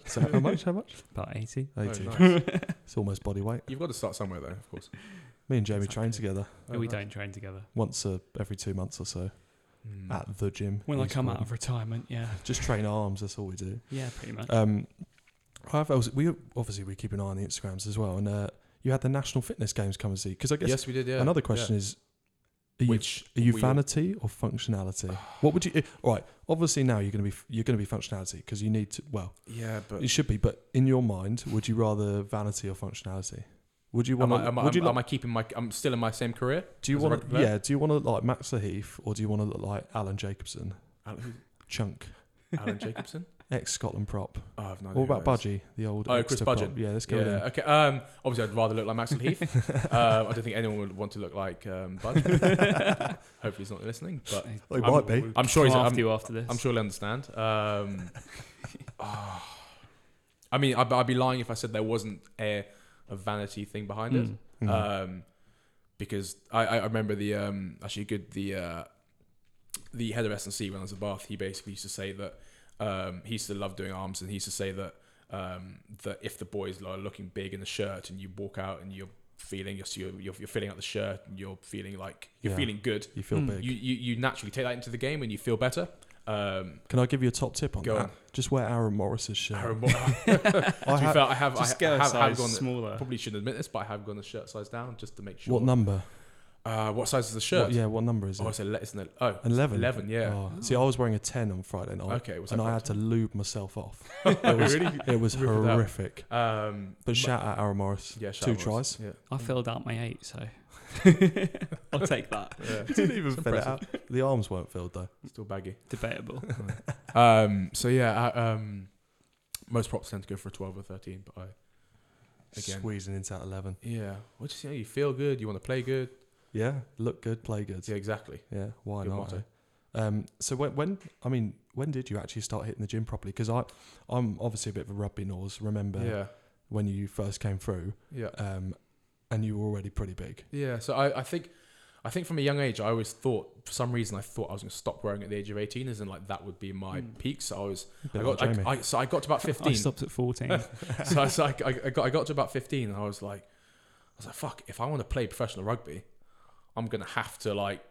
S1: So how much? [LAUGHS] How much?
S2: about 80.
S3: Oh,
S1: Eighty.
S3: nice.
S1: It's almost body weight.
S3: [LAUGHS] You've got to start somewhere, though, of course.
S1: Me and Jamie
S2: It's
S1: train
S2: okay.
S1: together
S2: [LAUGHS] No, we don't train together.
S1: once uh, every two months or so
S3: Mm.
S1: at the gym.
S2: When I
S1: He's
S2: come
S1: called.
S2: out of retirement,
S1: [LAUGHS]
S2: yeah.
S1: just train arms. That's all we do.
S2: Yeah, pretty much.
S1: Um, I've also, we obviously we keep an eye on the Instagrams as well, and uh, you had the National Fitness Games come and see because I guess
S3: Yes, we did. Yeah.
S1: another question is, are
S3: yeah.
S1: you,
S3: which
S1: are you
S3: we-
S1: vanity or functionality? what would you? eh, All right, obviously now you're going to be you're going to be functionality because you need to. Well,
S3: Yeah, but
S1: it should be, but in your mind, would you rather vanity or functionality? Would you want
S3: am I, am, I,
S1: to? Would you
S3: am,
S1: like,
S3: I keeping my? I'm still in my same career.
S1: do you
S3: as a
S1: want?
S3: rugby
S1: to
S3: player?
S1: Yeah. Do you want to look like Max Heath or do you want to look like Alan Jacobson, [LAUGHS]
S3: Alan,
S1: Chunk,
S3: Alan Jacobson.
S1: ex Scotland prop?
S3: Oh, I've
S1: What
S3: no idea who
S1: about
S3: that is.
S1: Budgie, the old?
S3: Oh, Chris
S1: Exeter prop?
S3: Budgeon.
S1: Yeah, let's go with him.
S3: Yeah. Okay. Um. Obviously, I'd rather look like Maxwell Heath.
S1: [LAUGHS]
S3: um, I don't think anyone would want to look like um,
S2: [LAUGHS]
S3: Bud. Hopefully, he's not listening, but
S1: Well, he
S3: I'm-
S1: might be.
S3: I'm sure he's.
S2: after
S3: I'm,
S2: you after this.
S3: I'm sure he'll understand. Um. oh. I mean, I'd, I'd be lying if I said there wasn't a, a vanity thing behind it.
S2: Mm.
S1: Mm.
S3: um, because I, I remember the um, actually good the uh, the head of SNC when I was at Bath. He basically used to say that um, he used to love doing arms, and he used to say that um, that if the boys are looking big in the shirt, and you walk out and you're feeling you're you're, you're filling out the shirt, and you're feeling like you're
S1: Yeah.
S3: feeling good,
S1: you feel
S2: Mm.
S1: big.
S3: hmm, you, you you naturally take that into the game and you feel better. Um,
S1: Can I give you a top tip on
S3: Go
S1: that?
S3: on.
S1: Just wear Aaron Morris's shirt.
S3: Aaron Moore-
S1: [LAUGHS] I
S3: to be
S1: ha-
S3: fair, I have I,
S2: Just go
S3: have,
S2: a
S3: have
S2: size
S3: gone.
S2: smaller.
S3: Probably shouldn't admit this, but I have gone a shirt size down just to make sure.
S1: what number?
S3: Uh, what size is the shirt?
S1: What- yeah, what number is
S3: Oh,
S1: it?
S3: it's ele- it's an ele- oh,
S1: An Eleven.
S3: eleven. Yeah.
S1: Oh. See, I was wearing a ten on Friday night,
S3: okay. Was
S1: and
S3: that
S1: I had
S3: correct?
S1: to lube myself off. It was,
S3: [LAUGHS] really?
S1: [LAUGHS] it was
S3: [LAUGHS] Rip it out.
S1: horrific.
S3: Um,
S1: But shout out Aaron Morris.
S3: yeah,
S1: two
S3: shout out Ross.
S1: tries.
S3: Yeah. [LAUGHS]
S2: I filled out my eight, so I'll take that. [LAUGHS]
S3: Yeah,
S1: He didn't even fill it
S3: impressive.
S1: out. The arms weren't filled though.
S3: still baggy. [LAUGHS]
S2: Debatable.
S3: um, so yeah, I, um, most props tend to go for a twelve or thirteen, but I [LAUGHS] Again.
S1: Squeezing into that eleven.
S3: yeah, what you say? You feel good. You want to play good.
S1: Yeah, look good, play good.
S3: Yeah, exactly.
S1: Yeah, why
S3: Good
S1: not?
S3: motto.
S1: eh? Um, so when, when I mean, when did you actually start hitting the gym properly? Because I, I'm obviously a bit of a rugby nose. Remember
S3: Yeah,
S1: when you first came through,
S3: yeah,
S1: um, and you were already pretty big.
S3: yeah. So I, I think, I think from a young age, I always thought for some reason I thought I was going to stop growing at the age of eighteen, as in like that would be my
S2: Mm.
S3: peak. So I was,
S1: A
S3: I
S1: bit
S3: got,
S1: like Jamie.
S3: I, I, so
S1: [LAUGHS]
S3: I got to about
S2: I
S3: fifteen. so
S2: stopped at
S3: [LAUGHS]
S2: 14.
S3: I, so I, I got, I got to about fifteen, and I was like, I was like, fuck, if I want to play professional rugby, I'm gonna have to like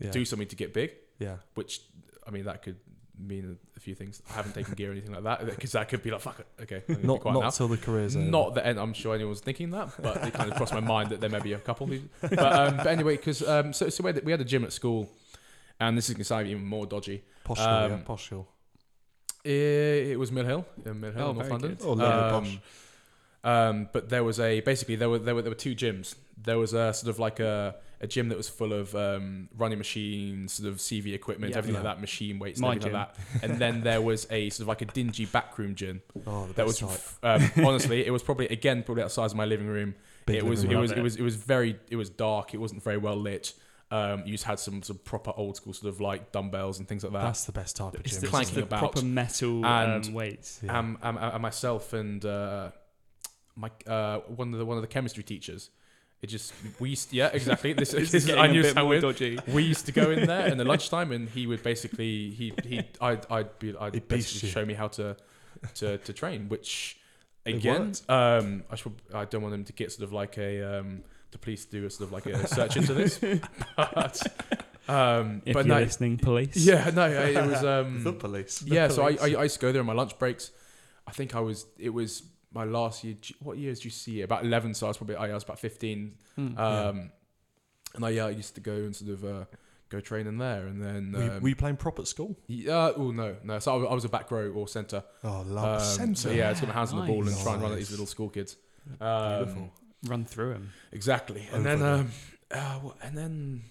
S1: yeah,
S3: do something to get big.
S1: yeah,
S3: which I mean that could mean a few things. I haven't taken gear or anything like that because that could be like fuck it, okay, I'm gonna be
S1: not
S3: quiet
S1: not
S3: now.
S1: till the career's over.
S3: Not that and I'm sure anyone's thinking that, but it kind of crossed my mind that there may be a couple. Who, but, um, but anyway, because um, so so we had, we had a gym at school, and this is gonna sound even more dodgy.
S1: postural, yeah,
S3: um,
S1: postural.
S3: It, it was Mill Hill, in Mill Hill,
S2: Oh,
S3: North
S2: very
S3: London.
S2: good.
S1: Oh, lovely
S3: Um,
S1: posh.
S3: Um, but there was a basically there were there were there were two gyms. There was a sort of like a a gym that was full of um, running machines, sort of CV equipment,
S2: Yeah.
S3: everything
S1: Yeah.
S3: like that, machine weights, and
S2: My
S3: everything like that. And then there was a sort of like a dingy backroom gym
S1: Oh, the
S3: that
S1: best
S3: was
S1: type.
S3: f- um, honestly it was probably again probably outside of my living room.
S1: Big
S3: it was
S1: living
S3: it
S1: room.
S3: was
S2: Love
S3: it
S2: it.
S3: was it was very it was dark. It wasn't very well lit. Um, you just had some sort of proper old school sort of like dumbbells and things like that.
S1: That's the best type of
S2: It's
S1: gym. isn't
S2: the, it's
S3: uh, clanking
S1: it?
S2: the
S3: about.
S2: proper metal
S3: And-
S2: um, weights.
S1: Yeah. [LAUGHS]
S3: um, um, uh, myself and uh, my uh, one of the one of the chemistry teachers. It just we used yeah exactly
S2: [LAUGHS]
S3: this,
S2: This
S3: this,
S2: is
S3: is
S2: getting
S3: I knew
S2: a bit
S3: how
S2: more
S3: weird.
S2: dodgy.
S3: We used to go in there in the lunchtime, and he would basically he he I'd I'd be
S1: He
S3: I'd
S1: beats
S3: basically
S1: you.
S3: show me how to to to train, which
S1: It
S3: again
S1: worked.
S3: um I should I don't want them to get sort of like a um the police do a sort of like a search
S1: [LAUGHS]
S3: into this, but um
S2: If
S3: but
S2: you're
S3: no
S2: listening, police.
S3: yeah no it it
S1: [LAUGHS]
S3: was um
S1: the police.
S3: yeah, so I, I,
S1: police.
S3: I used to go there on my lunch breaks. I think I was it was my last year. G- What years do you see? About eleven, so I was probably I was about fifteen.
S2: Mm.
S3: Um, and I yeah, I used to go and sort of uh, go training there, and then
S1: Were you-
S3: um,
S1: were you playing prop at school?
S3: yeah, oh no no, so I, was- I was a back row or centre.
S1: Oh,
S3: Um,
S1: love
S3: so
S1: centre.
S3: yeah, I was got my hands on the ball and
S1: Nice.
S3: try and run at these little school kids. Um,
S1: Beautiful.
S2: Run through them.
S3: Exactly, and
S1: Over
S3: then
S1: there.
S3: um, uh, wha- and then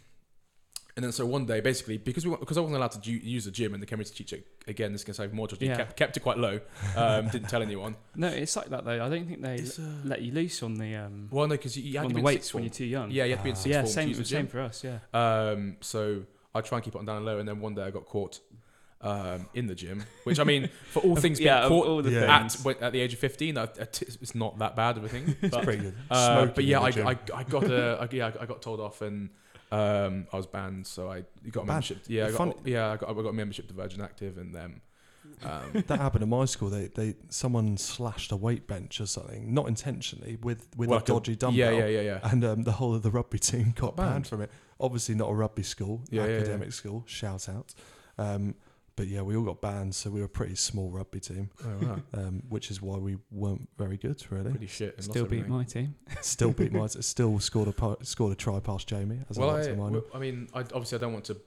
S3: and then so one day, basically, because we wa- because I wasn't allowed to ju- use the gym, and the chemistry teacher again, this is gonna save more. Georgie,
S2: Yeah.
S3: kept, kept it quite low. Um, didn't tell anyone.
S2: No, it's like that though. I don't think they
S3: It's, uh,
S2: let you loose on the um,
S3: well, no, because you, you had
S2: on
S3: to
S2: the
S3: be in sixth
S2: weights when
S3: form.
S2: you're too young.
S3: Yeah, you had to be in
S1: Ah.
S3: sixth
S2: yeah,
S3: form. to
S2: same
S3: use the
S2: same
S3: gym.
S2: for us. Yeah,
S3: Um, so I try and keep it on down low, and then one day I got caught um, in the gym, which I mean, for
S1: [LAUGHS]
S3: all things being
S2: yeah, of
S3: caught
S2: all the
S1: Yeah.
S3: at,
S2: things.
S3: when- at the age of fifteen, I, I t- it's not that bad of a thing.
S1: [LAUGHS] It's
S3: but-
S1: pretty good.
S3: Uh,
S1: Smoking
S3: but yeah,
S1: in
S3: I,
S1: the
S3: I,
S1: gym.
S3: I got a, I, yeah, I got told off and um, I was banned, so I got a
S1: Banned?
S3: membership. Yeah, I
S1: The
S3: got,
S1: fun-
S3: yeah, I got, I got a membership to Virgin Active, and then um,
S1: that happened at my school. They they someone slashed a weight bench or something, not intentionally, with [LAUGHS] with
S3: Well,
S1: a
S3: like a-
S1: dodgy dumbbell.
S3: yeah,
S1: [LAUGHS]
S3: yeah, yeah, yeah.
S1: And um, the whole of the rugby team [LAUGHS] got
S3: Got banned.
S1: banned from it. Obviously, not a rugby school,
S3: Yeah, yeah, yeah.
S1: academic school. Shout out. Um, but yeah, we all got banned, so we were a pretty small rugby team,
S3: Oh, wow.
S1: um, which is why we weren't very good, really.
S3: pretty shit. and lost
S2: still beat
S3: everything.
S2: my team.
S1: Still beat my, still scored a pa- scored a try past Jamie. As
S3: well,
S1: I,
S3: I,
S1: like to remind him.
S3: well, I mean, I, obviously, I don't want to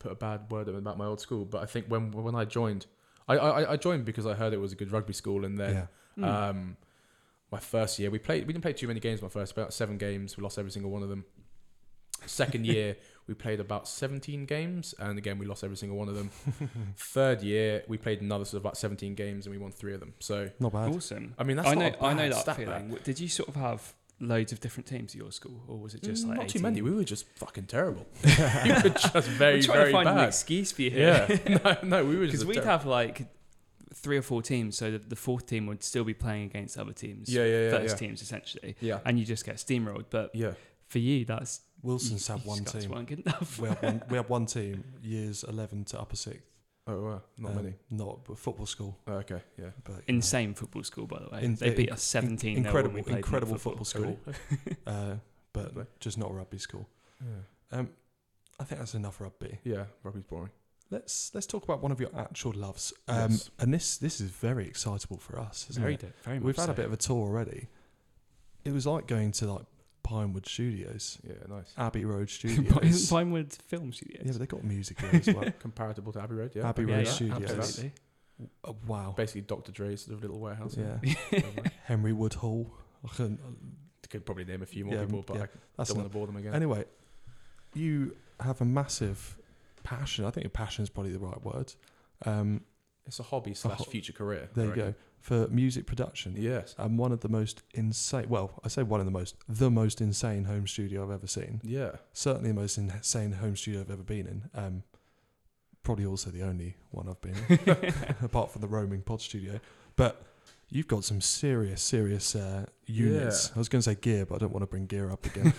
S3: put a bad word in about my old school, but I think when when I joined, I, I, I joined because I heard it was a good rugby school, and then
S1: yeah,
S2: Mm.
S3: um, my first year, we played. We didn't play too many games. My first, about seven games. We lost every single one of them.
S1: [LAUGHS]
S3: Second year, we played about seventeen games, and again, we lost every single one
S1: [LAUGHS]
S3: of them. Third year, we played another sort of about seventeen games, and we won three of them. So,
S1: not bad.
S2: awesome.
S3: I mean, that's
S2: I
S3: not
S2: know.
S3: a
S2: I
S3: bad
S2: know that
S3: stat,
S2: feeling.
S3: man.
S2: What- Did you sort of have loads of different teams at your school, or was it just
S3: Mm,
S2: like
S3: not
S2: 18?
S3: too many. We were just fucking terrible. [LAUGHS] we were just very,
S2: We're trying
S3: very
S2: to find an
S3: bad.
S2: excuse for you here.
S3: Yeah, [LAUGHS]
S2: [LAUGHS]
S3: no, no, we were just
S2: Because
S3: a
S2: we'd
S3: terrible-
S2: have like three or four teams, so the, the fourth team would still be playing against other teams,
S3: yeah, yeah, yeah,
S2: first
S3: yeah.
S2: teams essentially,
S3: yeah.
S2: and you just get steamrolled. But
S3: Yeah,
S2: for you, that's
S1: Wilson's
S2: you-
S1: had
S2: you
S1: one
S2: just guys
S1: team.
S2: weren't good enough.
S1: we had one, we had one team years 11 to upper sixth
S3: oh wow, not
S1: Um,
S3: many.
S1: not but football school
S3: Oh, okay, yeah,
S1: but you know,
S2: [LAUGHS] Insane football school, by the way.
S1: In-
S2: they beat
S1: in-
S2: us 17.
S1: incredible
S2: played
S1: incredible
S2: mid
S1: football, school [LAUGHS] uh, but just not a rugby school
S3: yeah,
S1: um, I think that's enough rugby
S3: yeah. Rugby's boring.
S1: let's let's talk about one of your actual loves um,
S3: Yes.
S1: and this this is very excitable for us isn't
S2: Very,
S1: it
S2: di-
S1: [LAUGHS]
S2: very
S1: we've
S2: much
S1: had a
S2: so.
S1: bit of a tour already it was like going to like Pinewood Studios
S3: Yeah, nice.
S1: Abbey Road
S2: Pine-
S1: Studios
S2: [LAUGHS] Pinewood Film Studios.
S1: yeah but they got music there as well
S3: comparable to Abbey Road. Yeah,
S1: Abbey
S3: I can
S1: Road
S3: do that.
S1: Studios.
S2: Absolutely.
S1: Uh, wow [LAUGHS]
S3: [LAUGHS] Basically, Dr. Dre's sort of little warehouse.
S1: yeah
S3: Very much.
S1: Henry Wood Hall I can,
S3: could probably name a few more
S1: Yeah,
S3: people, but
S1: yeah.
S3: I
S1: That's
S3: don't
S1: an
S3: want to bore them again.
S1: Anyway, you have a massive passion. I think passion is probably the right word. Um,
S3: it's a hobby slash
S1: ho-
S3: future career.
S1: there
S3: I
S1: you go
S3: reckon.
S1: for music production.
S3: Yes.
S1: And one of the most insane. Well, I say one of the most, the most insane home studio I've ever seen.
S3: Yeah.
S1: [LAUGHS] Certainly the most insane home studio I've ever been in. Um, probably also the only one I've been in,
S3: [LAUGHS]
S1: [LAUGHS] apart from the roaming pod studio. But you've got some serious, serious uh, units.
S3: Yeah.
S1: I was going to say gear, but I don't want to bring gear up
S3: [LAUGHS]
S1: again.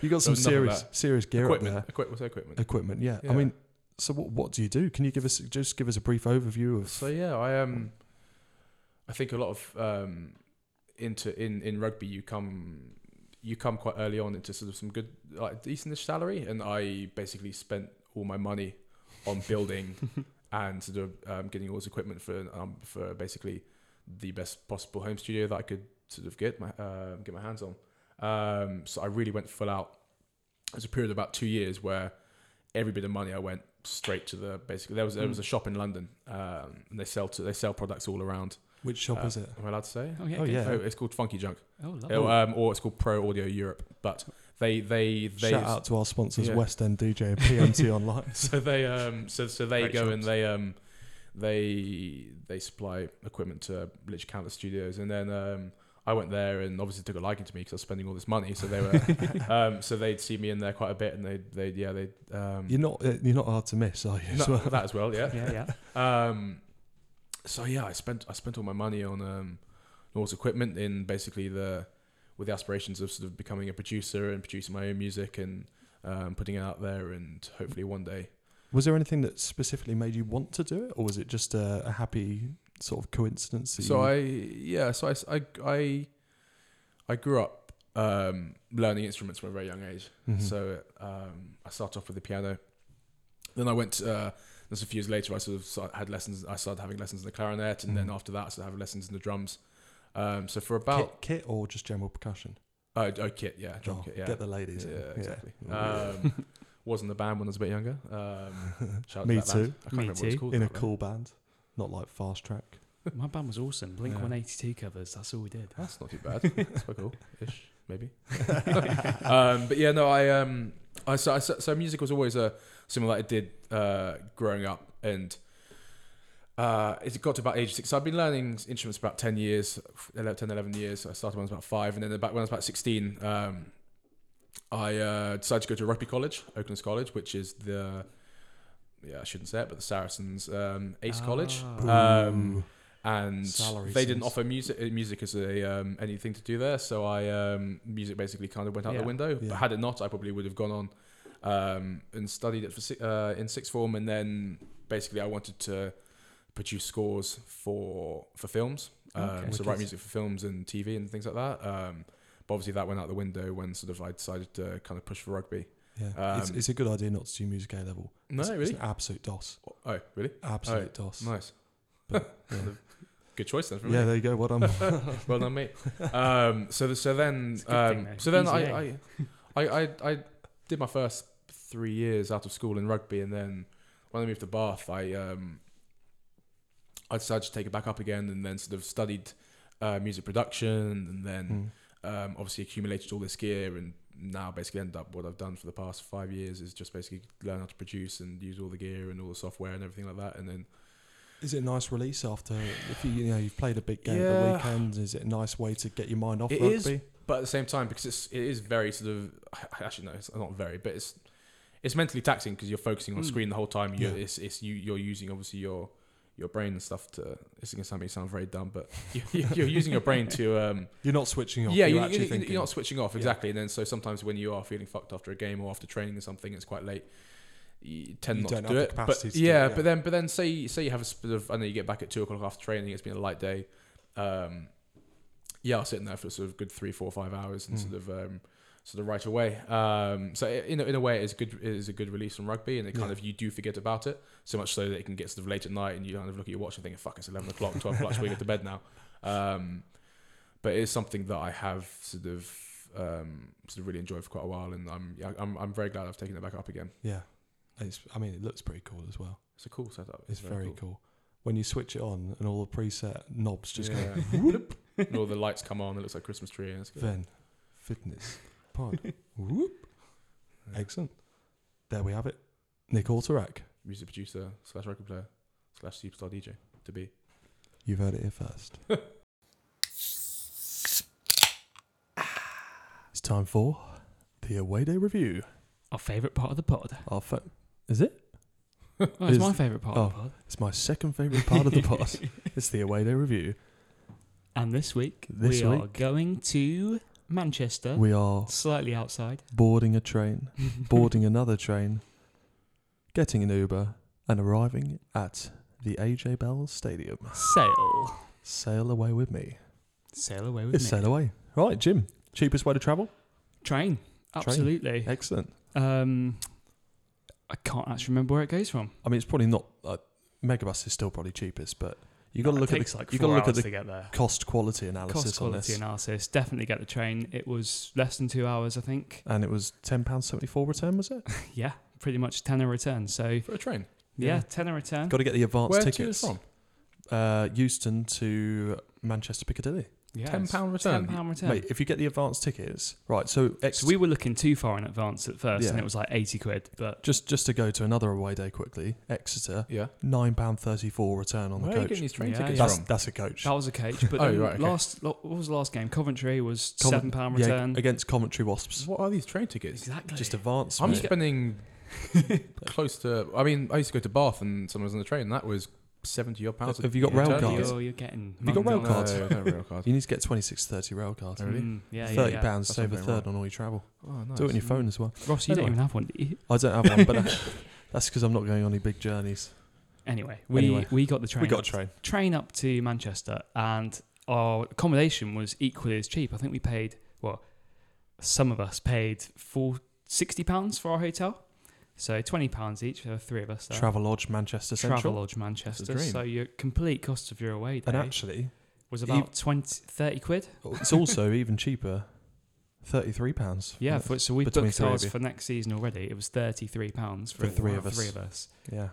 S1: you got some
S3: There was none of
S1: serious,
S3: that.
S1: serious gear up
S3: equipment.
S1: there.
S3: Equip- what's equipment?
S1: equipment. Yeah. I
S3: Yeah.
S1: mean, so what, what do you do? Can you give us just give us a brief overview of?
S3: So yeah, I um, I think a lot of um, into in in rugby you come you come quite early on into sort of some good like decentish salary, and I basically spent all my money on building and sort of um, getting all this equipment for um for basically the best possible home studio that I could sort of get my uh, get my hands on. Um, so I really went full out. There's a period of about two years where every bit of money I went straight to the basically there was there was
S1: Hmm.
S3: a shop in London um, and they sell to they sell products all around.
S1: Which shop
S3: Uh,
S1: is it?
S3: Am I allowed to say?
S2: Oh yeah.
S1: Oh,
S2: go
S1: yeah.
S2: for
S3: Oh,
S2: it.
S3: it's called Funky Junk,
S2: Oh, lovely.
S3: Oh, um, or it's called Pro Audio Europe. But they they they
S1: Shout out to our sponsors,
S3: yeah.
S1: West End DJ and
S3: [LAUGHS]
S1: PMT Online.
S3: so they um so so they
S2: Great
S3: go
S2: shops.
S3: and they um they they supply equipment to literally countless studios and then um I went there and obviously took a liking to me because I was spending all this money so they were um so they'd see me in there quite a bit and they they yeah they um
S1: You're not uh, you're not hard to miss, are you? [LAUGHS]
S3: no,
S1: as well?
S3: that as well yeah
S2: [LAUGHS] yeah, yeah.
S1: [LAUGHS]
S3: Um, so yeah, I spent I spent all my money on um, Norse equipment in basically the with the aspirations of sort of becoming a producer and producing my own music and um, putting it out there and hopefully one day.
S1: Was there anything that specifically made you want to do it, or was it just a, a happy sort of coincidence? that
S3: So
S1: you-
S3: I yeah, so I I I, I grew up um, learning instruments from a very young age.
S1: Mhm.
S3: So um, I started off with the piano. Then I went. Uh, just a few years later, I sort of start- had lessons. I started having lessons in the clarinet, and then
S1: Mhm.
S3: after that, I started having lessons in the drums. Um, so for
S1: Kit-
S3: about
S1: kit, or just general percussion?
S3: Oh, oh kit, yeah, drum
S1: Oh,
S3: kit, yeah.
S1: Get the ladies. in.
S3: yeah, exactly.
S1: [LAUGHS] Yeah.
S3: Um, was in the band when I was a bit younger. Um, shout out
S1: Me
S3: to that
S1: too.
S3: band. I can't
S2: Me
S3: remember what it's
S2: too.
S3: called.
S1: in
S3: now,
S1: a
S3: though.
S1: cool band, not like Fast Track.
S2: My band was awesome. Blink
S1: Yeah.
S2: 182 covers. That's all we did.
S3: That's not too bad. That's quite cool. Ish, maybe. [LAUGHS] um, but yeah, no, I um, I so, I so so music was always a something that I did uh, growing up, and uh, it got to about age six. So I've been learning instruments for about ten years, 11, 10, 11 years. I started when I was about five, and then about when I was about sixteen, um, I uh, decided to go to rugby college, Oakland's College, which is the yeah, I shouldn't say it, but the Saracens um, Ace College.
S2: Ah.
S3: Um,
S1: Ooh.
S3: and
S1: Salary
S3: they didn't
S1: sense.
S3: offer music uh, music as a um, anything to do there. So I um, music basically kind of went out
S2: Yeah.
S3: the window.
S1: Yeah.
S3: But had it not, I probably would have gone on um, and studied it for si- uh, in sixth form, and then basically I wanted to produce scores for for films. Um,
S2: Okay.
S3: So
S1: Wicked.
S3: write music for films and TV and things like that. Um, but obviously that went out the window when sort of I decided to kind of push for rugby.
S1: yeah. it's,
S3: um,
S1: it's a good idea not to do music A level.
S3: No,
S1: it's,
S3: really.
S1: It's an absolute dos.
S3: Oh, really?
S1: Absolute dos.
S3: Nice.
S1: Yeah.
S3: Good choice then. [LAUGHS] For me.
S1: Yeah, there you go. What I'm.
S3: [LAUGHS] well
S2: [LAUGHS]
S3: done, mate. Um, so th- so then
S2: It's a good
S3: um,
S2: thing, though.
S3: so then
S2: Easy eh?
S3: I I, I I I did my first three years out of school in rugby, and then when I moved to Bath, I um, I decided to take it back up again, and then sort of studied uh, music production, and then
S1: Mm.
S2: Hmm.
S3: um, obviously accumulated all this gear, and now basically end up what I've done for the past five years is just basically learn how to produce and use all the gear and all the software and everything like that, and then
S1: Is it a nice release after if you, you know you've played a big game at the
S3: Yeah.
S1: weekend? Is it a nice way to get your mind off
S3: It
S1: rugby? [LAUGHS]
S3: is, but at the same time because it's it is very sort of actually no it's not very but it's it's mentally taxing because you're focusing on
S2: Mm.
S3: screen the whole time you
S1: Yeah.
S3: it's, it's you you're using obviously your your brain and stuff to it's gonna sound, sound very dumb but [LAUGHS] you, you- you're using your brain to um
S1: You're not switching off.
S3: yeah
S1: you're
S3: you,
S1: actually
S3: you,
S1: thinking.
S3: you're not switching off exactly and then so sometimes when you are feeling fucked after a game or after training or something it's quite late you tend
S1: You
S3: not
S1: don't have
S3: to do
S1: the
S3: it but
S1: capacity to do it,
S3: yeah,
S1: yeah.
S3: but then but then say say you have a sort of I know you get back at two o'clock after training it's been a light day um yeah, I was sitting there for sort of good three, four, five hours and
S1: Mm.
S3: sort of um, sort of right away. Um, so i- in a, in a way, it's good. It is a good release from rugby, and it kind
S1: Yeah.
S3: of you do forget about it so much so that it can get sort of late at night, and you kind of look at your watch and think, "Fuck, it's eleven o'clock, twelve o'clock. Should we get to bed now?" Um, but it's something that I have sort of um, sort of really enjoyed for quite a while, and I'm yeah, I'm I'm very glad I've taken it back up again.
S1: Yeah, it's. I mean, it looks pretty cool as well.
S3: It's a cool setup.
S1: It's, very, cool. When you switch it on and all the preset knobs just go. [LAUGHS]
S3: [LAUGHS] Yeah. and all the lights come on. It looks like Christmas tree. And it's good.
S1: Then Fitness
S3: [LAUGHS]
S1: Pod. Whoop. Excellent. There we have it. Nick Alterac.
S3: Music producer slash record player slash superstar DJ to be.
S1: You've heard it here first. it's time for the away day review.
S2: Our favourite part of the pod.
S1: Our fo- is it?
S2: Oh, it's
S1: Is-
S2: my favourite part of the pod.
S1: It's my second favorite part
S3: [LAUGHS]
S1: of the pod. it's the away day review.
S2: [LAUGHS] And this week,
S1: [LAUGHS] This
S2: we are
S1: week-
S2: going to Manchester,
S1: We are
S2: slightly outside.
S1: boarding a
S2: [LAUGHS]
S1: train, boarding another train, getting an Uber, and arriving at the AJ Bell Stadium.
S2: Sail.
S1: Sail away with me.
S2: Sail away with
S1: It's
S2: me.
S1: sail away. Right, Jim. Cheapest way to travel?
S2: Train. Absolutely.
S1: Excellent.
S2: Um, I can't actually remember where it goes from.
S1: I mean, it's probably not. Uh, Megabus is still probably cheapest, but you got to
S2: It
S1: look at
S2: takes
S1: the
S2: like
S1: you got to
S2: four
S1: look at
S2: hours
S1: the
S2: to get there.
S1: cost quality analysis
S2: Cost
S1: on
S2: quality
S1: this.
S2: analysis. Definitely get the train. It was less than two hours, I think. [LAUGHS]
S1: and it was ten pounds seventy four return, was it?
S2: yeah, pretty much tenner return. So
S3: For a train.
S2: yeah,
S1: Yeah.
S2: tenner return.
S1: Got to get the advance
S3: Where to is
S1: tickets.
S3: from?
S1: Uh, Euston to Manchester Piccadilly.
S2: Yeah,
S3: Ten
S2: it's
S3: pound
S2: Ten
S3: return.
S2: pound return.
S1: Mate, if you get the advance tickets, right? So, ex-
S2: So we were looking too far in advance at first, and
S1: Yeah.
S2: it was like eighty quid. But
S1: just just to go to another away day quickly, Exeter
S3: Yeah.
S1: nine pound thirty four return on
S3: Where are
S1: the
S3: you getting
S1: coach.
S3: these train
S2: Yeah,
S3: tickets
S1: That's
S3: from?
S1: that's a coach.
S2: that was a cage. But
S3: Oh,
S2: then
S3: right, okay.
S2: last, lo- what was the last game? Coventry was
S1: Covent-
S2: seven pound
S1: yeah,
S2: return.
S1: against Coventry Wasps.
S3: What are these train tickets?
S2: exactly.
S1: Just advance.
S3: I'm
S1: mate. [LAUGHS]
S3: spending close to. I mean, I used to go to Bath and someone was on the train. and That was seventy odd pounds.
S1: Have you got
S3: Yeah,
S1: rail
S3: totally.
S1: cards?
S2: You're, you're getting.
S1: Have you got
S2: mugged
S1: rail
S2: off.
S3: No,
S1: cards?
S3: I don't have rail
S1: [LAUGHS]
S3: cards.
S1: You need to get twenty six thirty rail cards.
S3: Oh, really?
S2: Mm, yeah, yeah,
S1: Thirty
S2: yeah.
S1: pounds
S3: That's
S1: save a
S3: something
S1: third
S3: wrong.
S1: on all your travel.
S3: Oh, nice.
S1: Do it on your phone as well.
S2: Ross, you
S1: Anyway.
S2: don't even have one, do you?
S1: I don't have one, but
S3: [LAUGHS]
S1: uh, that's because I'm not going on any big journeys.
S2: Anyway, we
S1: Anyway.
S2: we got the train.
S1: We got
S2: up-
S1: a train.
S2: train up to Manchester, and our accommodation was equally as cheap. I think we paid well, some of us paid four sixty pounds for our hotel, so twenty pounds each for the three of us. There.
S1: Travelodge Manchester Central.
S2: Travelodge Manchester.
S3: dream.
S2: So your complete cost of your away
S3: eh?
S1: And
S2: day
S1: actually,
S2: was
S1: ev-
S2: about 20, 30 quid.
S1: it's also [LAUGHS] even cheaper, thirty three pounds.
S2: Yeah, for, so we
S1: between
S2: booked
S1: three of
S2: ours
S1: you.
S2: for next season already. It was thirty three pounds for,
S1: For three of us.
S2: Three of us.
S1: yeah.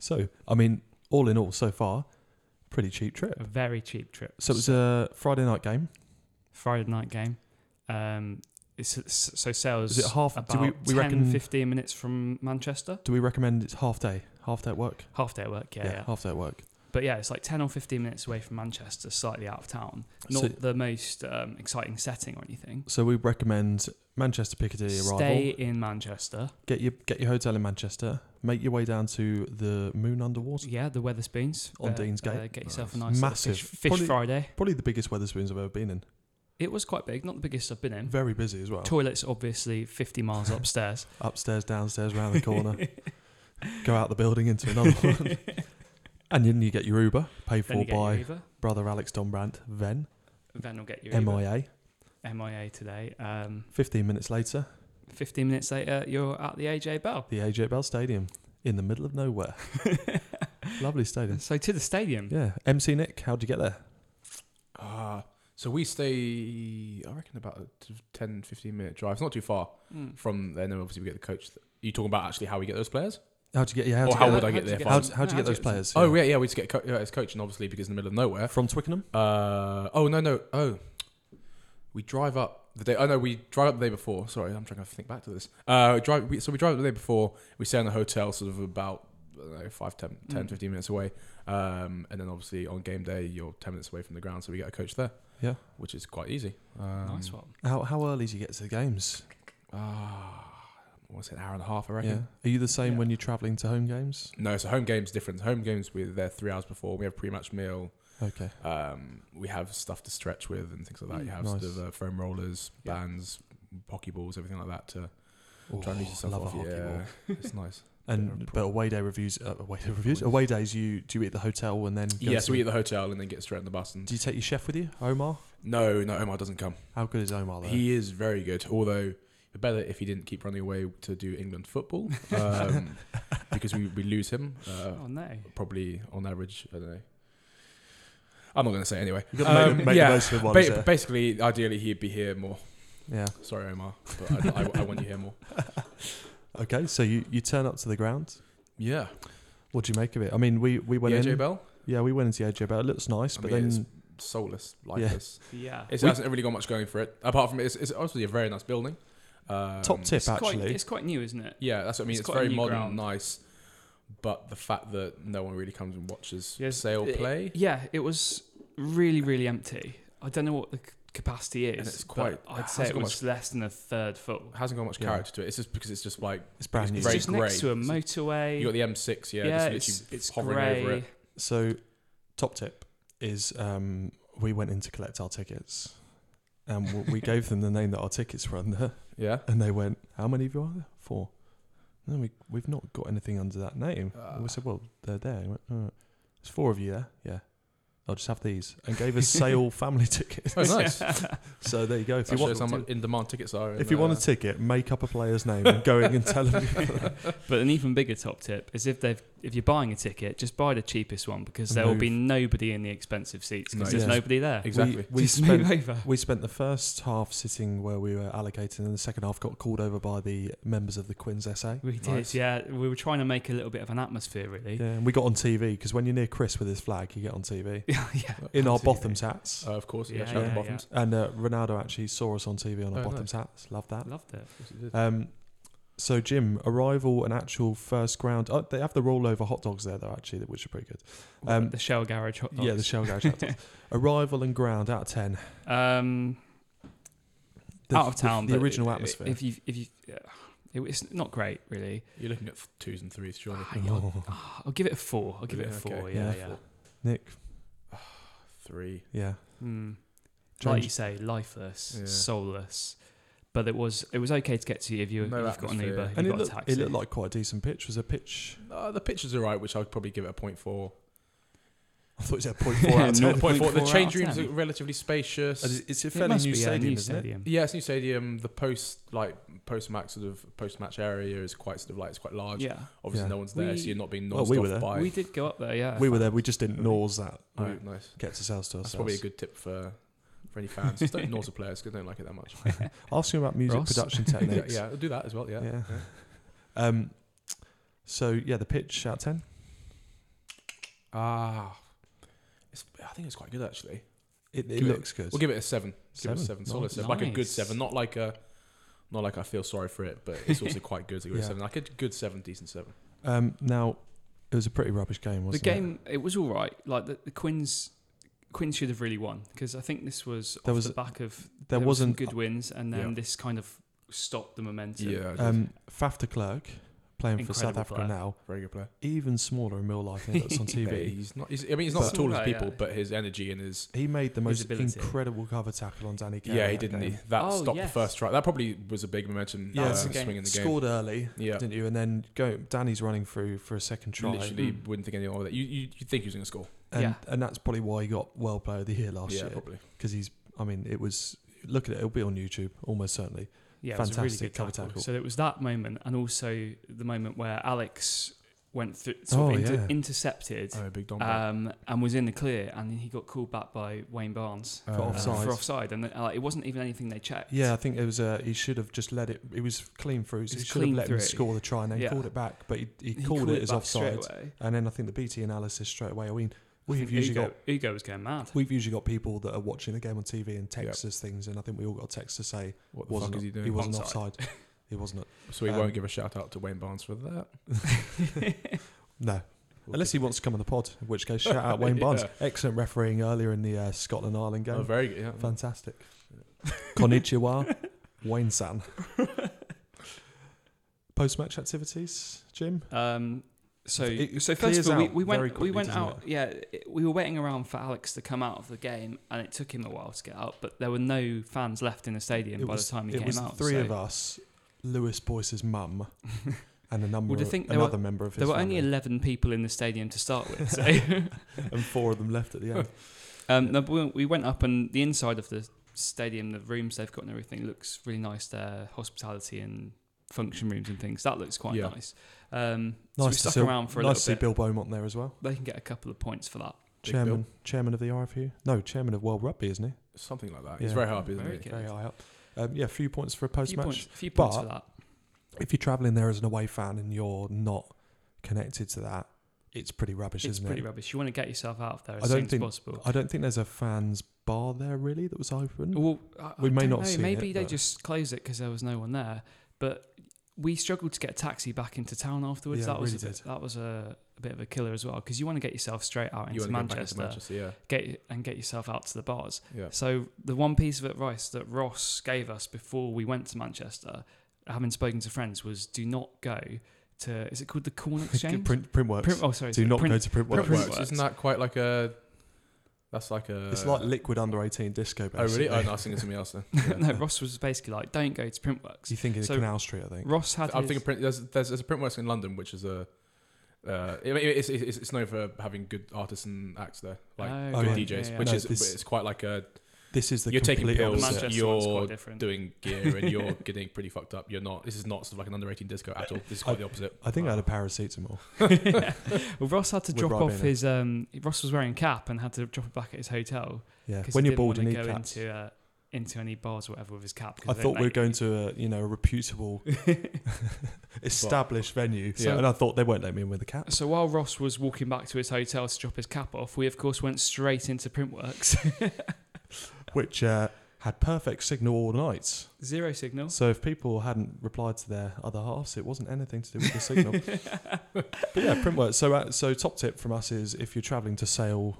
S1: So I mean, all in all, so far, pretty cheap trip.
S2: A very cheap trip.
S1: So it was a Friday night game.
S2: Friday night game. Um, it's, it's- so sales.
S1: Is it half- do
S2: About
S1: we- we
S2: 10,
S1: reckon-
S2: 15 minutes from Manchester.
S1: Do we recommend it's half day? Half day at work.
S2: Half day at work, yeah, yeah.
S1: half day at work.
S2: But yeah, it's like 10 or 15 minutes away from Manchester, slightly out of town. Not
S1: So-
S2: the most um, exciting setting or anything.
S1: So we recommend Manchester Piccadilly arrival.
S2: Stay in Manchester.
S1: Get your get your hotel in Manchester. Make your way down to the Moon Underwater.
S2: Yeah, the Weatherspoons.
S1: On Dean's Gate.
S2: uh, Get yourself a nice
S1: Massive.
S2: Massive. fish, fish
S1: Probably-
S2: Friday.
S1: Probably the biggest Weatherspoons I've ever been in.
S2: It was quite big, not the biggest I've been in.
S1: Very busy as well.
S2: Toilets, obviously,
S1: [LAUGHS]
S2: 50 miles upstairs.
S1: Upstairs, downstairs, round the
S2: [LAUGHS]
S1: corner. Go out the building into another one. And then you get your Uber, paid
S2: Then
S1: for
S2: you get your
S1: by
S2: Uber.
S1: brother Alex Donbrand, Ven,
S2: Then you'll get your Uber.
S1: MIA.
S2: MIA today. Um,
S1: 15 minutes later,
S2: 15 minutes later, you're at the AJ Bell.
S1: [LAUGHS] the AJ Bell Stadium in the middle of nowhere. Lovely
S3: Mm.
S1: stadium.
S2: so to the stadium.
S1: Yeah. MC Nick, how'd you get there?
S3: Ah, so we stay. I reckon about a t- 10, 15 minute drive. It's not too far
S2: Mm.
S3: from there. And then obviously we get the coach. you talking about actually how we get those players?
S1: How'd you get, yeah, how'd
S3: Or
S1: you
S3: how
S1: get
S3: would
S1: there?
S3: I get
S2: How'd
S3: there
S2: you
S3: from?
S1: How'd, how'd you
S2: how'd
S1: get
S2: you
S1: those
S2: get-
S1: players?
S3: Oh yeah, yeah. We just get co- yeah, it's coaching obviously because in the middle of nowhere.
S1: From Twickenham?
S3: Uh oh no no oh, we drive up the day. Oh no, we drive up the day before. Sorry, I'm trying to think back to this. Uh, we drive we, so we drive up the day before. We stay in the hotel, sort of about I don't know, 5, 10, 10
S2: Mm.
S3: 15 minutes away. Um, and then obviously on game day, you're ten minutes away from the ground, so we get a coach there.
S1: Yeah.
S3: which is quite easy. Um,
S2: nice one.
S1: How, how early do you get to the games?
S3: Ah, what's it? An hour and a half, I reckon.
S1: Yeah. Are you the same
S2: Yeah.
S1: when you're travelling to home games?
S3: No, so home games different. Home games we're there three hours before. We have pre-match meal.
S1: Okay.
S3: Um, we have stuff to stretch with and things like that.
S2: Mm.
S3: You have
S1: Nice.
S3: sort of uh, foam rollers,
S2: Yeah.
S3: bands, hockey balls, everything like that to
S1: Oh,
S3: try and use yourself
S1: love
S3: off.
S1: a hockey
S3: yeah,
S1: ball. [LAUGHS]
S3: it's nice.
S1: And but away day reviews, uh, away day reviews, away days. You do you eat at the hotel and then go
S3: Yeah, so
S1: to-
S3: we eat at the hotel and then get straight on the bus. And
S1: Do you take your chef with you, Omar?
S3: no, no, Omar doesn't come.
S1: How good is Omar though?
S3: He is very good, although better if he didn't keep running away to do England football
S1: [LAUGHS]
S3: um, because we, we lose him uh,
S2: Oh, no.
S3: probably on average. I don't know. I'm not going to say anyway.
S1: you got to make,
S3: Um,
S1: the- make
S3: yeah.
S1: the most of
S3: Ba-
S1: one.
S3: basically, ideally, he'd be here more.
S1: yeah.
S3: Sorry, Omar, but I, I, I want you here more.
S1: Okay, so you, you turn up to the ground.
S3: Yeah,
S1: What do you make of it? I mean, we we went
S3: AJ
S1: in.
S3: Bell.
S1: Yeah, we went into the AJ Bell. It looks nice,
S3: I
S1: but
S3: mean, it's
S1: then
S3: soulless, lifeless.
S2: Yeah.
S3: It
S1: We-
S3: hasn't really got much going for it. Apart from it, it's, it's obviously a very nice building. Um,
S1: Top tip,
S2: It's quite,
S1: actually.
S2: it's quite new, isn't it?
S3: Yeah, that's what I mean.
S2: It's
S3: It's,
S2: quite a
S3: very
S2: new
S3: modern,
S2: ground.
S3: nice. But the fact that no one really comes and watches
S2: Yes,
S3: Sale
S2: it-
S3: play,
S2: Yeah, it was really, really empty. I don't know what the c- capacity is.
S3: And it's
S2: but
S3: quite-
S2: I'd
S3: it
S2: say it
S3: hasn't got
S2: was less than a third full.
S3: hasn't got much
S1: Yeah.
S3: character to it. It's just because it's just like
S1: It's brand
S3: It's
S1: new.
S2: It's
S3: Very
S2: just next to
S3: grey.
S2: a motorway.
S3: you got the M6, yeah,
S2: yeah, it's,
S3: just literally
S2: it's
S3: hovering
S2: grey. [LAUGHS]
S3: over it.
S1: So, top tip is um, we went in to collect our tickets, and w- we gave them the name that our tickets were under, [LAUGHS]
S3: Yeah.
S1: and they went, "How many of you are there? Four? No, we we've not got anything under that name." And
S3: Ah.
S1: we said, "Well, they're there." He went, "Oh, There's four of you there. Yeah, I'll just have these," and gave
S3: [LAUGHS]
S1: us sale family tickets.
S3: Oh, nice.
S1: So there you go. If
S3: That
S1: you want,
S3: shows how much in demand tickets are. in,
S1: if you want
S3: uh,
S1: a ticket, make up a player's name and go in and tell them.
S2: [LAUGHS]
S3: [LAUGHS]
S1: [LAUGHS]
S2: But an even bigger top tip is if they've if you're buying a ticket, just buy the cheapest one because there will be nobody in the expensive seats because
S3: No,
S2: there's
S1: yeah.
S2: nobody there. [LAUGHS]
S3: Ex- Exactly.
S1: We, we
S2: just move
S1: spent
S2: over.
S1: We spent the first half sitting where we were allocated, and the second half got called over by the members of the Quins SA.
S2: We did,
S3: Nice.
S2: yeah. We were trying to make a little bit of an atmosphere, really.
S1: Yeah, and we got on TV because when you're near Chris with his flag, you get on TV
S2: Yeah, [LAUGHS] yeah.
S1: in our
S2: TV.
S1: Botham's hats.
S2: Oh,
S3: uh, of course, yeah,
S2: Yeah,
S3: shout out to
S2: yeah,
S3: Bottoms.
S1: And uh, Ronaldo actually saw us on TV on our
S3: Oh,
S1: Botham's hats. Love that.
S2: Loved it.
S1: Um, so Jim, arrival and actual first ground. Oh, they have the rollover hot dogs there though, actually, which are pretty good. Um,
S2: the Shell Garage hot dogs.
S1: Yeah, the Shell Garage hot
S2: [LAUGHS]
S1: dogs. Arrival and ground out of ten.
S2: Um,
S1: The,
S2: Out of town,
S1: The,
S2: but
S1: original
S2: i- i-
S1: atmosphere.
S2: if you if you yeah, it, it's not great really
S3: You're looking at th- twos and threes, surely.
S2: Ah, yeah, I'll, I'll give it a four i'll give it a
S3: Yeah,
S2: four
S3: okay.
S2: yeah yeah,
S1: Yeah, Oh, Nick,
S3: Three.
S1: yeah,
S2: Hmm. like
S1: James-
S2: you say lifeless
S3: Yeah.
S2: soulless but it was it was okay to get to if you
S3: No
S2: if you've got an
S3: atmosphere.
S2: uber if
S1: and
S2: you've
S1: it
S2: got
S1: looked,
S2: a taxi
S1: it looked like quite a decent pitch. Was a pitch.
S3: Uh, the pictures are right, which I'd probably give it a point four.
S1: I thought it said point four
S3: [LAUGHS]
S1: out of
S2: Yeah,
S1: ten.
S2: no.
S3: Point four. The
S2: 0.4 out
S3: change
S2: of
S3: rooms are
S2: 10.
S3: relatively spacious.
S1: It's- It's a
S2: It
S1: fairly
S2: must
S1: new
S2: be, yeah,
S1: stadium,
S2: new
S1: isn't it?
S2: stadium.
S3: Yeah, it's new stadium. The post like post match sort of post match area is quite sort of like it's quite large.
S2: yeah
S3: Obviously,
S1: Yeah.
S3: no one's there,
S2: We-
S3: so you're not being
S1: Well,
S3: nozzled
S1: we were
S3: off
S1: there.
S3: by.
S2: we did go up there yeah
S1: We were there. We just didn't nose that.
S3: Oh,
S1: We
S3: nice.
S1: kept ourselves to ourselves.
S3: That's probably a good tip for for any fans.
S2: [LAUGHS]
S3: Just don't nozzle players because they don't like it that much.
S1: Ask him about music
S2: Ross.
S1: production
S3: yeah,
S1: techniques.
S3: yeah, I'll do that as well. Yeah.
S1: Yeah. Um. So yeah, the pitch out of ten.
S3: Ah, it's, I think it's quite good actually.
S1: It,
S3: Give it-
S1: looks good.
S3: We'll give it a seven. Give
S1: Seven.
S3: it a seven. Solid
S1: Nice.
S3: seven. Like a good
S2: Nice.
S3: seven. Not like a not like I feel sorry for it, but
S2: [LAUGHS]
S3: it's also quite good to go with
S1: Yeah.
S3: seven. Like a good seven, decent seven.
S1: um. Now, it was a pretty rubbish game,
S2: the
S1: wasn't it?
S2: game it was all right like the, the quins Quinn should have really won because I think this was
S1: There
S2: off
S1: was-
S2: the back of
S1: There,
S2: were some
S1: wasn't.
S2: good wins and then
S3: Yeah.
S2: this kind of stopped the momentum.
S1: um. Faf de Klerk playing for South
S2: Incredible
S1: Africa
S2: player.
S1: now.
S3: very good player.
S1: Even smaller in real life than he looks on
S3: Yeah,
S1: TV.
S3: he's not. He's, I mean, he's not
S1: But-
S3: as tall as
S2: Right,
S3: people,
S2: yeah.
S3: but his energy and his
S1: He made the most
S2: ability.
S1: incredible cover tackle on Danny Carey.
S3: yeah, he
S1: that
S3: didn't.
S1: game.
S3: He, that
S2: Oh,
S3: stopped
S2: yes.
S3: the first try. That probably was a big momentum
S1: That
S3: uh,
S1: was the
S2: game.
S3: swing in the game.
S1: Scored early,
S3: yeah,
S1: didn't you? And then go. Danny's running through for a second try.
S3: literally
S2: Mm.
S3: wouldn't think anything of that. You you you think he was going to score?
S1: and
S2: Yeah.
S1: and that's probably why he got World Player of the Year last
S3: yeah,
S1: year
S3: probably.
S1: because he's. I mean, it was. Look at it; it'll be on YouTube almost certainly.
S2: Yeah, it was a really
S1: Fantastic
S2: good
S1: cover
S2: tackle.
S1: tackle.
S2: So it was that moment, and also the moment where Alex went through, sort of
S1: Oh,
S2: inter-
S1: yeah.
S2: intercepted,
S3: Oh, big Dom.
S2: um, and was in the clear, and he got called back by Wayne Barnes
S1: for offside.
S2: for offside, and uh, like, it wasn't even anything they checked.
S1: Uh, Yeah, I think it was. Uh, he should have just let it. It was clean through. So he
S2: It was
S1: should have
S2: clean
S1: let him
S2: through.
S1: score the try and then
S2: Yeah.
S1: called it back. But he, he, called, it, as
S2: back straight
S1: offside.
S2: away.
S1: And then I think the BT analysis straight away. I mean,
S2: I
S1: we've
S2: think
S1: usually
S2: Ugo,
S1: got
S2: Ugo was going mad.
S1: we've usually got people that are watching the game on TV and text us things, and I think we all got a text to say
S3: what the
S1: wasn't
S3: fuck is he doing?
S1: he wasn't
S2: Onside.
S1: offside. he wasn't.
S3: so we
S1: um,
S3: won't give a shout out to Wayne Barnes for that.
S1: No, unless he wants to come on the pod, in which case shout
S3: [LAUGHS]
S1: out Wayne Barnes.
S3: Yeah.
S1: Excellent refereeing earlier in the uh, Scotland Ireland game.
S3: Oh, very good. Yeah.
S1: Fantastic. [LAUGHS]
S3: [LAUGHS]
S1: Konnichiwa, Wayne San. Post match activities, Jim?
S2: Um, so,
S1: It
S2: so first
S1: clears
S2: of all, we,
S1: out
S2: we went
S1: very
S2: we
S1: quickly,
S2: went
S1: doesn't
S2: out. Yeah, it- we were waiting around for Alex to come out of the game, and it took him a while to get out. But there were no fans left in the stadium by the time he
S1: it
S2: came
S1: was
S2: out.
S1: three
S2: so
S1: of us, Lewis Boyce's mum,
S2: [LAUGHS]
S1: and a number
S2: Well, the
S1: of,
S2: thing- there were-
S1: another member of his
S2: There were only
S1: family,
S2: 11 people in the stadium to start with.
S1: [LAUGHS]
S2: So [LAUGHS]
S1: and four of them left at the end.
S2: um, no, but we- we went up, and the inside of the stadium, the rooms they've got and everything looks really nice there. Hospitality and function rooms and things. That looks quite
S3: Yeah.
S2: nice. Um, so we
S1: nice to
S2: stuck
S1: see,
S2: around for a
S1: nice to see
S2: little bit.
S1: Bill Beaumont there as well.
S2: They can get a couple of points for that.
S3: Big
S1: chairman,
S3: Bill.
S1: chairman of the RFU. No, chairman of World Rugby, isn't he?
S3: Something like that. He's
S1: Yeah.
S3: very happy, isn't
S2: Very
S3: he?
S2: good.
S1: Very high up. Um, yeah, a few points for a
S2: A
S1: post
S2: few
S1: match.
S2: points, few points
S1: But-
S2: for that.
S1: If you're travelling there as an away fan and you're not connected to that, it's pretty rubbish,
S2: It's
S1: isn't
S2: pretty
S1: it?
S2: rubbish. You want to get yourself out of there as
S1: I
S2: soon
S1: don't
S2: as
S1: think-
S2: possible.
S1: I don't think there's a fans bar there really that was open.
S2: Well, I,
S1: We
S2: I
S1: may
S2: don't
S1: not
S2: know.
S1: have seen
S2: Maybe
S1: it,
S2: they
S1: but-
S2: just closed it because there was no one there. But we struggled to get a taxi back into town afterwards.
S1: Yeah,
S2: that was
S1: really
S2: a bit, that was a, a bit of a killer as well because you want to get yourself straight out
S3: you
S2: into
S3: want to go
S2: Manchester,
S3: back into Manchester, yeah,
S2: get and get yourself out to the bars.
S3: yeah.
S2: So the one piece of advice that Ross gave us before we went to Manchester, having spoken to friends, was do not go to is it called the
S1: [LAUGHS]
S2: Corn Exchange?
S1: print print works.
S2: Print- oh, sorry,
S1: Do
S2: so
S1: not
S2: print- [LAUGHS]
S1: go to print
S3: Well,
S1: works.
S3: it
S2: Print
S3: works.
S2: works.
S3: Isn't that quite like a? That's like a.
S1: It's like liquid under eighteen disco.
S3: Oh really?
S1: Basically.
S3: Oh, no, I was thinking something
S2: [LAUGHS]
S3: else then. Yeah.
S2: no, Ross was basically like, don't go to
S1: [LAUGHS]
S2: Printworks.
S1: You think it's
S2: So-
S1: Canal Street? I think.
S2: Ross had.
S3: I'm
S2: his-
S3: thinking print, there's, there's there's a printworks in London which is a. Uh, it- it's, it's it's known for having good artists and acts there, like
S2: Oh,
S1: good
S2: right,
S3: DJs,
S2: yeah, yeah.
S3: which
S1: No,
S3: is
S1: this-
S3: it's quite like a
S1: This is the
S3: You're taking
S1: complete
S2: the
S3: pills,
S1: opposite.
S2: Manchester one's
S3: you're
S2: quite different.
S3: doing
S1: [LAUGHS]
S3: gear and you're getting pretty fucked up. You're not. This is not sort of like an under 18 disco at all. This is quite the opposite.
S1: I think I had a paracetamol.
S2: Yeah. Well, Ross had to
S1: With
S2: drop
S1: Rob in
S2: off
S1: it.
S2: his. Um, Ross was wearing a cap and had to drop it back at his hotel
S1: Yeah.
S2: because
S1: When
S2: he
S1: you're
S2: didn't
S1: bored, you
S2: wanna
S1: need
S2: go
S1: cats.
S2: into uh, into any bars or whatever with his cap. 'cause
S1: I
S2: they
S1: thought we were
S2: like
S1: going to a you know a reputable,
S2: it.
S1: established venue,
S3: Yeah.
S1: and I thought they won't let me in with the cat.
S2: [LAUGHS] so while Ross was walking back to his hotel to drop his cap off, we of course went straight into Printworks. [LAUGHS]
S1: which uh, had perfect signal all night.
S2: Zero signal.
S1: So if people hadn't replied to their other halves, it wasn't anything to do with the
S2: [LAUGHS]
S3: [LAUGHS]
S1: signal. but yeah, Printworks. So uh, so top tip from us is if you're travelling to Sale,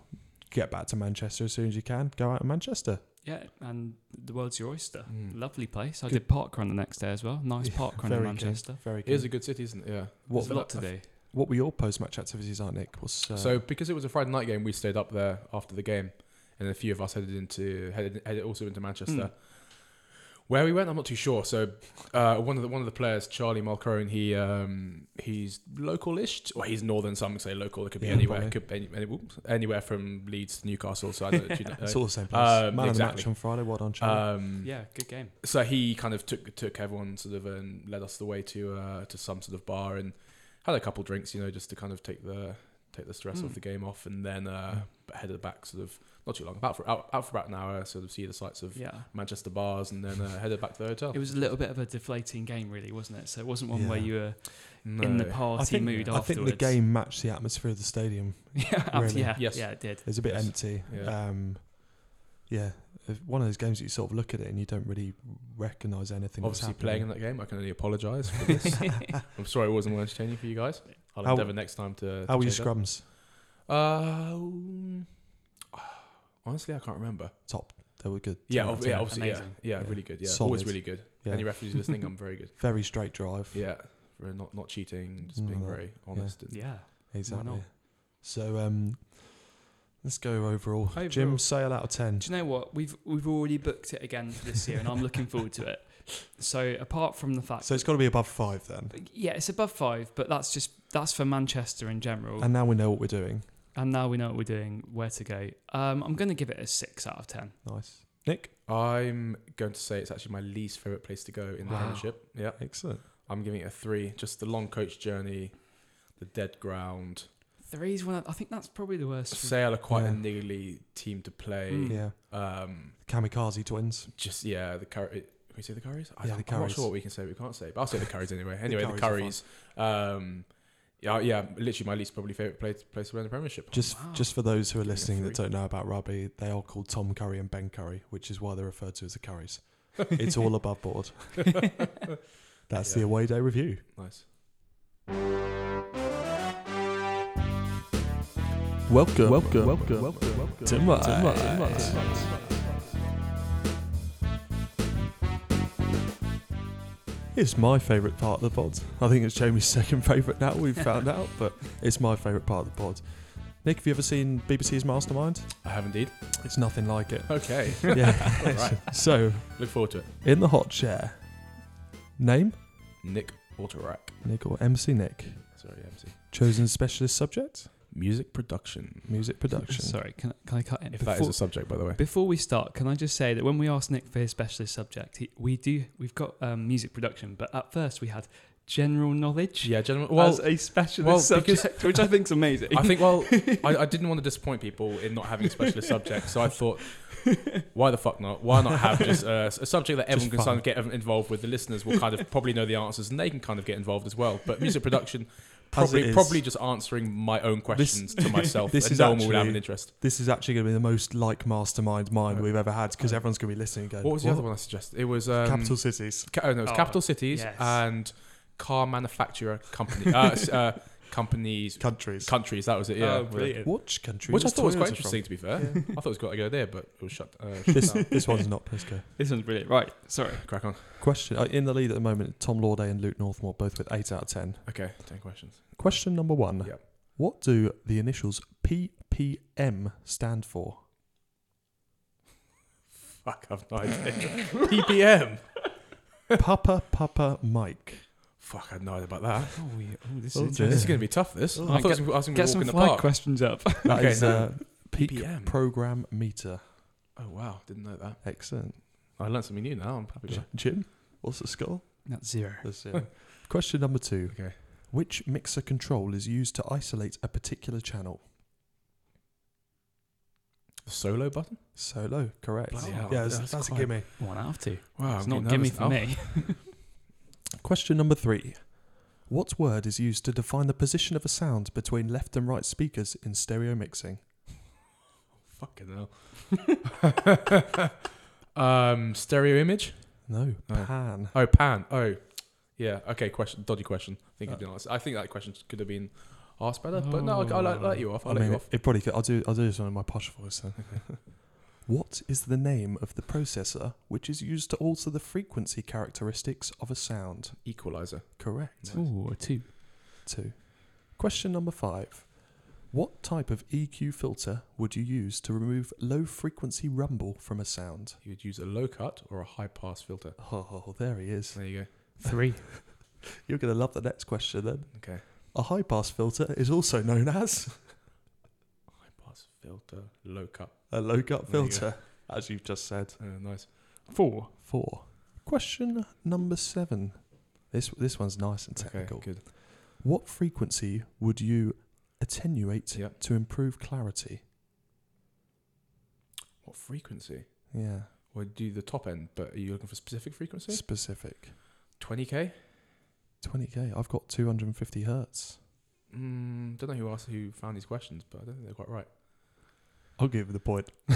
S1: get back to Manchester as soon as you can. Go out of Manchester.
S2: Yeah, and the world's your oyster.
S3: Mm.
S2: Lovely place. I
S1: Good.
S2: did park run the next day as well. Nice
S1: Yeah,
S2: park run in
S1: very
S2: Manchester.
S1: Very
S3: It is a
S1: good.
S3: good city, isn't it? Yeah.
S1: What
S2: There's a lot to do.
S1: what were your post match activities like, Nick? Was uh,
S3: So because it was a Friday night game, we stayed up there after the game, and a few of us headed into headed, headed also into Manchester.
S1: Hmm.
S2: Mm.
S3: Where we went, I'm not too sure. So uh, one of the one of the players, Charlie Mulcrone, he um, he's localish, or he's northern. Some would say local. It could be
S1: Yeah,
S3: anywhere.
S1: probably.
S3: Could be any, any- whoops, anywhere from Leeds to Newcastle. So I
S1: [LAUGHS]
S3: don't actually know.
S1: it's all the same place.
S3: Um,
S1: Man of the
S3: exactly.
S1: match on Friday. What on Charlie?
S3: Um,
S2: Yeah, good game.
S3: so he kind of took took everyone sort of and led us the way to uh, to some sort of bar and had a couple drinks, you know, just to kind of take the take the stress
S2: Mm.
S3: of the game off, and then
S2: Hmm.
S3: uh, headed back sort of not too long, about for out, out for about an hour, sort of see the sights of
S2: Yeah.
S3: Manchester bars, and then uh, headed back to the hotel.
S2: It was a little bit of a deflating game, really, wasn't it? So it wasn't one where
S1: Oh. Yeah.
S2: you were
S3: No.
S2: [LAUGHS] in the party
S1: I think,
S2: mood
S1: I think
S2: afterwards.
S1: the [LAUGHS] game matched the atmosphere of the stadium.
S2: yeah,
S1: really.
S2: yeah,
S3: Yes.
S2: yeah, it did.
S1: It was a bit
S3: Yes.
S1: empty.
S3: Yeah.
S1: Um, yeah, If- one of those games that you sort of look at it and you don't really recognise anything. that's
S3: Obviously, playing in
S1: happening.
S3: that game, I can only apologise
S2: [LAUGHS]
S3: for this. [LAUGHS] I'm sorry it wasn't more entertaining for you guys. I'll
S1: How-
S3: endeavour next time to. to
S1: How were your
S3: change
S1: scrums?
S3: that. Uh, um, [SIGHS] honestly, I can't remember.
S1: Top. They were good.
S3: Yeah,
S1: Ten out
S3: ob-
S1: of
S3: yeah,
S1: ten.
S3: obviously, yeah,
S2: Amazing.
S3: yeah,
S1: Yeah.
S3: really good. Yeah, always
S1: Solid.
S3: really good.
S1: Yeah.
S3: Any referees listening, I'm very good.
S1: Very straight drive.
S3: [LAUGHS] Yeah, very not not cheating, just
S1: No,
S3: being
S1: no,
S3: very honest. and-
S2: Yeah.
S1: exactly.
S2: not?
S1: So um, let's go overall.
S2: Overall.
S1: Jim, sale out of ten.
S2: Do you know what? We've we've already booked it again for this year, and I'm looking forward to it. So apart from the fact,
S1: So it's got to be above five then.
S2: yeah, it's above five, but that's just that's for Manchester in general.
S1: And now we know what we're doing.
S2: And now we know what we're doing, where to go. Um, I'm going to give it a six out of ten.
S1: Nice. Nick,
S3: I'm going to say it's actually my least favorite place to go in the
S2: Wow.
S3: Premiership. Yeah,
S1: excellent.
S3: I'm giving it a three. Just the long coach journey, the dead ground.
S2: Three's one. Of, I think that's probably the worst.
S3: Sale are quite
S1: Yeah.
S3: a niggly team to play.
S2: Mm.
S1: Yeah,
S3: Um,
S1: kamikaze twins.
S3: just yeah, the curry. Can we say the curries? I,
S1: Yeah,
S3: I'm
S1: the
S3: not
S1: curries.
S3: sure what we can say. We can't say, but I'll say the
S1: [LAUGHS]
S3: curries anyway. Anyway, the
S1: curries
S3: curries. Um, yeah, yeah, literally my least probably favorite place place to go in the Premiership.
S1: Just,
S2: wow.
S1: just for those who are
S3: Give me a
S1: listening that
S3: three.
S1: don't know about rugby, they are called Tom Curry and Ben Curry, which is why they're referred to as the
S3: [LAUGHS]
S1: Curries. it's all above board. That's the
S3: Yeah.
S1: away day review.
S3: Nice.
S1: Welcome, welcome, welcome, welcome, welcome to my, to my, It's my favourite part of the pod. I think it's Jamie's [LAUGHS] second favourite now, we've found out, but it's my favourite part of the pod. Nick, have you ever seen BBC's Mastermind?
S3: I have
S1: [LAUGHS]
S3: indeed.
S1: It's nothing like it.
S3: [LAUGHS] Okay.
S1: [LAUGHS] Yeah.
S3: Right.
S1: So,
S3: Look forward to it.
S1: in the hot chair, name?
S3: Nick Autorack.
S1: Nick or MC Nick.
S3: Sorry, MC.
S1: Chosen specialist subject?
S3: Music production.
S1: Music production.
S2: Sorry, can, I- can I cut in?
S3: If that is a subject, by the way.
S2: Before we start, can I just say that when we asked Nick for his specialist subject, he, we do we've got um, music production, but at first we had general knowledge
S3: Yeah, general.
S2: well,
S3: Well,
S2: as a specialist
S3: well, because-
S2: subject, which I think's amazing.
S3: I
S1: [LAUGHS]
S3: think. Well, I, I didn't want to disappoint people in not having specialist subjects, so I thought, why the fuck not? Why not have just uh, a subject that
S1: Just
S3: everyone can kind
S1: fun.
S3: of get involved with? The listeners will kind of probably know the answers, and they can kind of get involved as well. But music production,
S1: As it
S3: probably
S1: is.
S3: probably just answering my own questions to myself.
S1: [LAUGHS] this
S3: and
S1: is
S3: no one would have
S1: actually-
S3: an interest.
S1: This is actually going to be the most like mastermind mind
S3: Right.
S1: we've ever had because
S2: Right.
S1: everyone's going to be listening. And going,
S3: What was the other one I suggested? It was um,
S1: Capital cities.
S3: Ca- oh, no, it was
S2: Oh,
S3: capital cities
S2: yes.
S3: and car manufacturer company uh, [LAUGHS] s- uh, companies
S1: Countries.
S3: countries. That was it. Yeah,
S2: Oh, brilliant.
S1: Which country?
S3: which I
S1: was
S3: thought was
S1: Toyota
S3: quite
S1: from?
S3: interesting. To be fair,
S1: Yeah.
S3: I thought it was quite a good idea, but it was shut. Uh, shut
S1: this,
S3: [LAUGHS] down.
S1: this one's not. Let's go.
S2: [LAUGHS] this one's brilliant. Right, sorry.
S3: Crack on.
S1: Question uh, in the lead at the moment. Tom Lauday and Luke Northmore both with eight out of ten.
S3: Okay, ten questions.
S1: Question number one.
S3: Yep.
S1: What do the initials PPM stand for? [LAUGHS]
S3: Fuck, I've no idea. PPM.
S1: Papa Papa Mike.
S3: Fuck, I had no idea about that.
S2: Oh, we, oh this
S1: Oh,
S2: is
S1: dear.
S3: This
S2: interesting.
S3: is going to be tough. This.
S2: Oh,
S3: I thought
S2: get-
S3: it was asking me
S2: Get
S3: to walk
S2: some
S3: in the
S2: flag
S3: park.
S2: questions [LAUGHS] up.
S1: That is
S3: Okay, no. [LAUGHS]
S1: uh, peak
S3: PPM.
S1: program meter.
S3: oh wow, didn't know that.
S1: Excellent.
S3: I learned something new. Now I'm happy. With
S1: J-
S3: that.
S1: Jim, what's the score?
S2: Not zero.
S1: That's
S3: [LAUGHS]
S1: it. Question number two.
S3: Okay.
S1: Which mixer control is used to isolate a particular channel?
S3: The solo button.
S1: Solo, correct.
S3: Bloody
S1: yeah,
S3: hell,
S1: that's,
S3: that's
S1: that's a
S3: quite-
S1: gimme.
S2: One out of two.
S3: Wow,
S2: It's
S3: I'm
S2: not
S3: getting
S2: gimme
S3: nervous
S2: for
S3: now.
S2: me.
S1: Question number three. What word is used to define the position of a sound between left and right speakers in stereo mixing?
S3: Fucking hell. [LAUGHS] um, stereo image.
S1: No,
S3: No.
S1: pan.
S3: Oh, pan. Oh, yeah. Okay, question. Dodgy question. I think
S1: Uh,
S3: you didn't answer. I think that question could have been asked better, but no, I, I let, let you off. I'll
S1: I
S3: let
S1: mean,
S3: you
S1: it,
S3: off.
S1: it probably could. I'll do. I'll do this one in my posh voice. Then. [LAUGHS] what is the name of the processor which is used to alter the frequency characteristics of a sound?
S3: Equalizer.
S1: Correct.
S2: [LAUGHS] Ooh, a two.
S1: Two. Question number five. What type of EQ filter would you use to remove low frequency rumble from a sound?
S3: You would use a low cut or a high pass filter.
S1: Oh, there he is.
S3: There you go.
S2: Three.
S1: You're going to love the next question then.
S3: Okay.
S1: A high pass filter is also known as
S3: High pass filter, low cut.
S1: a low cut
S3: There you go.
S1: filter, as you've just said.
S3: Uh, nice.
S2: Four.
S1: Four. Question number seven. This this one's nice and
S3: Okay,
S1: technical.
S3: good.
S1: What frequency would you attenuate
S3: Yep.
S1: to improve clarity?
S3: What frequency?
S1: Yeah,
S3: Well, do the top end, but are you looking for specific frequency?
S1: specific.
S3: 20k?
S1: 20k. I've got 250 hertz.
S3: Mm, don't know who asked who found these questions, but I don't think they're quite right.
S1: I'll give you the point. [LAUGHS]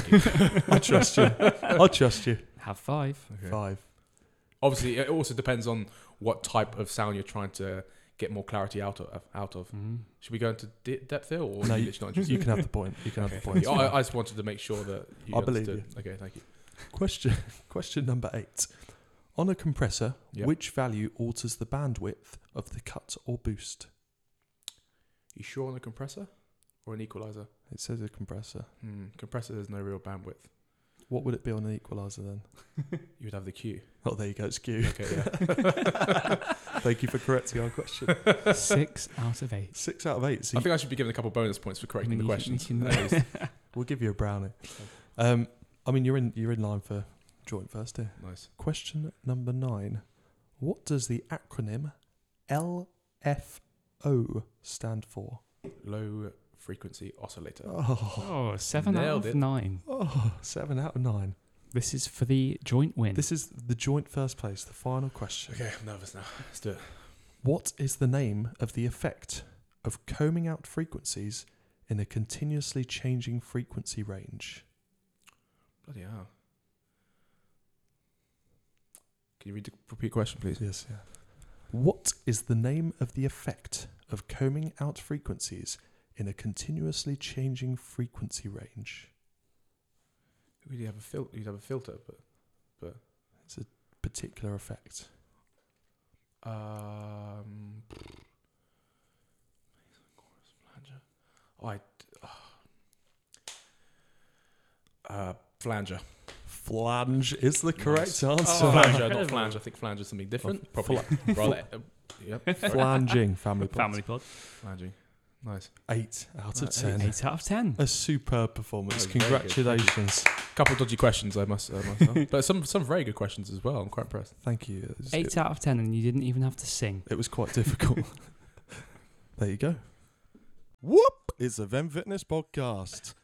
S1: I trust you. I trust you.
S2: Have five.
S3: Okay.
S1: Five.
S3: Obviously, it also depends on what type of sound you're trying to get more clarity out of. Out of.
S2: Mm.
S3: Should we go into de- depth here, or
S1: No,
S3: are
S1: you-
S3: you literally not
S1: You
S3: interested?
S1: can have the point. You can have
S3: Okay,
S1: the point.
S3: thank you. I, I just wanted to make sure that you
S1: I believe
S3: understood. Okay, thank you.
S1: Question question number eight. On a compressor,
S3: Yep.
S1: which value alters the bandwidth of the cut or boost?
S3: You sure on a compressor or an equalizer?
S1: It says a compressor.
S3: Hmm, compressor, there's no real bandwidth.
S1: What would it be on an equalizer then?
S3: You would have the Q.
S1: Oh, there you go. It's Q.
S3: Okay,
S1: [LAUGHS]
S3: yeah. [LAUGHS]
S1: Thank you for correcting our question.
S2: Six out of [LAUGHS] eight.
S1: Six out of eight. So
S3: I
S1: you-
S3: think I should be given a couple bonus points for correcting
S2: I mean,
S3: the
S2: you
S3: questions.
S2: can- you
S1: [LAUGHS]
S3: At least.
S1: we'll give you a brownie. Um, I mean, you're in you're in line for joint first here.
S3: nice.
S1: Question number nine. What does the acronym LFO stand for?
S3: Low frequency oscillator.
S1: Oh,
S2: Oh, seven
S3: Nailed
S2: out of
S3: it.
S2: nine.
S1: oh, seven out of nine.
S2: This is for the joint win.
S1: This is the joint first place, the final question.
S3: Okay, I'm nervous now. Let's do it.
S1: What is the name of the effect of combing out frequencies in a continuously changing frequency range?
S3: Bloody hell. Can you read the repeat question, please?
S1: Yes, yeah. What is the name of the effect of combing out frequencies in a continuously changing frequency range?
S3: We'd have a fil- You'd have a filter, but
S1: Particular effect.
S3: um, chorus, flanger. Oh, I. Uh, flanger. [LAUGHS]
S1: Flange is the correct [LAUGHS]
S3: Oh,
S1: answer.
S3: flanger, not
S2: incredible.
S3: flange. I think flange is something different. [LAUGHS]
S1: Well,
S3: Probably. Rather, uh, yep. sorry.
S1: Flanging, family.
S2: family pod.
S3: [LAUGHS] Flanging. Nice.
S1: Eight out of
S3: Eight.
S1: ten.
S2: Eight out of ten.
S1: A superb performance.
S3: That was very good. Thank you.
S1: Congratulations.
S3: Couple dodgy questions, I must. Uh, [LAUGHS] myself. but some some very good questions as well. I'm quite impressed.
S1: Thank you. It was,
S2: Eight out of ten, and you didn't even have to sing.
S1: it was quite [LAUGHS] difficult. there you go.
S4: Whoop! It's the Vem Fitness Podcast.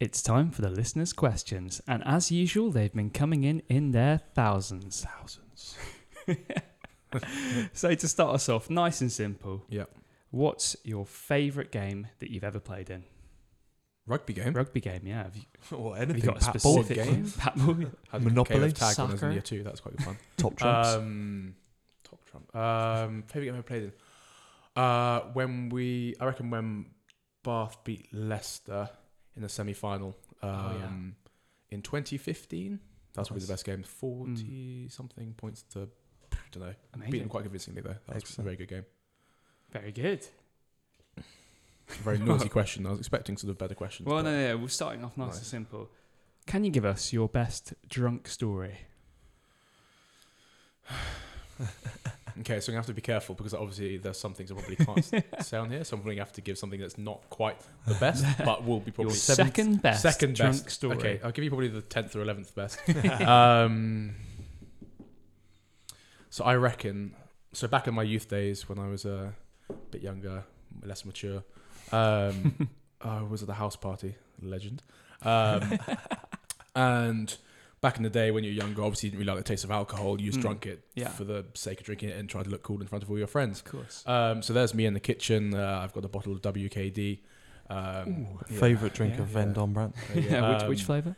S2: It's time for the listeners' questions, and as usual, they've been coming in in their thousands.
S1: Thousands.
S2: [LAUGHS] So to start us off, nice and simple.
S3: Yeah.
S2: What's your favourite game that you've ever played in?
S3: Rugby game.
S2: Rugby game, yeah. Have you,
S1: Or
S2: have you
S1: anything.
S2: got a
S1: Pat Ball,
S2: specific
S3: game.
S2: game? [LAUGHS] Pat ball, yeah.
S3: Had
S1: Monopoly,
S3: Caleb tag when I was in
S2: soccer.
S3: year two. That's quite good fun.
S1: [LAUGHS] top trumps.
S3: Um, top trump. Um, favorite game I played in. Uh, when we, I reckon when Bath beat Leicester in the semi-final. Um,
S2: Oh, yeah.
S3: In 2015, that's probably
S1: Nice.
S3: the best game. Forty something points to, don't know,
S2: Mm.
S3: beat
S2: Amazing.
S3: them quite convincingly though. That was a
S1: Excellent.
S3: very good game.
S2: Very good.
S3: Very naughty question. I was expecting sort of better questions.
S2: Well, no,
S3: but-
S2: no, no, we're starting off nice, and
S3: Nice.
S2: simple. Can you give us your best drunk story?
S3: Okay, so I'm gonna have to be careful because obviously there's some things I probably
S2: [LAUGHS]
S3: can't s- say on here. So I'm going to have to give something that's not quite the best, but will be probably
S2: your second best
S3: second
S2: drunk
S3: best.
S2: story.
S3: Okay, I'll give you probably the tenth or
S2: [LAUGHS]
S3: eleventh best. um, so I reckon. So back in my youth days, when I was a bit younger, less mature,
S2: [LAUGHS]
S3: um, I was at a house party. Legend. Um, and back in the day, when you were younger, obviously you didn't really like the taste of alcohol. You just
S2: Mm.
S3: drunk it
S2: Yeah.
S3: for the sake of drinking it and tried to look cool in front of all your friends.
S2: Of course.
S3: Um, so there's me in the kitchen. Uh, I've got a bottle of WKD. Um,
S1: Ooh,
S3: yeah.
S1: Favorite drink
S3: Yeah,
S1: of Van
S3: yeah.
S1: Dom Brandt?
S3: There you
S2: [LAUGHS]
S3: go.
S2: yeah, which, which
S3: Um,
S2: flavour?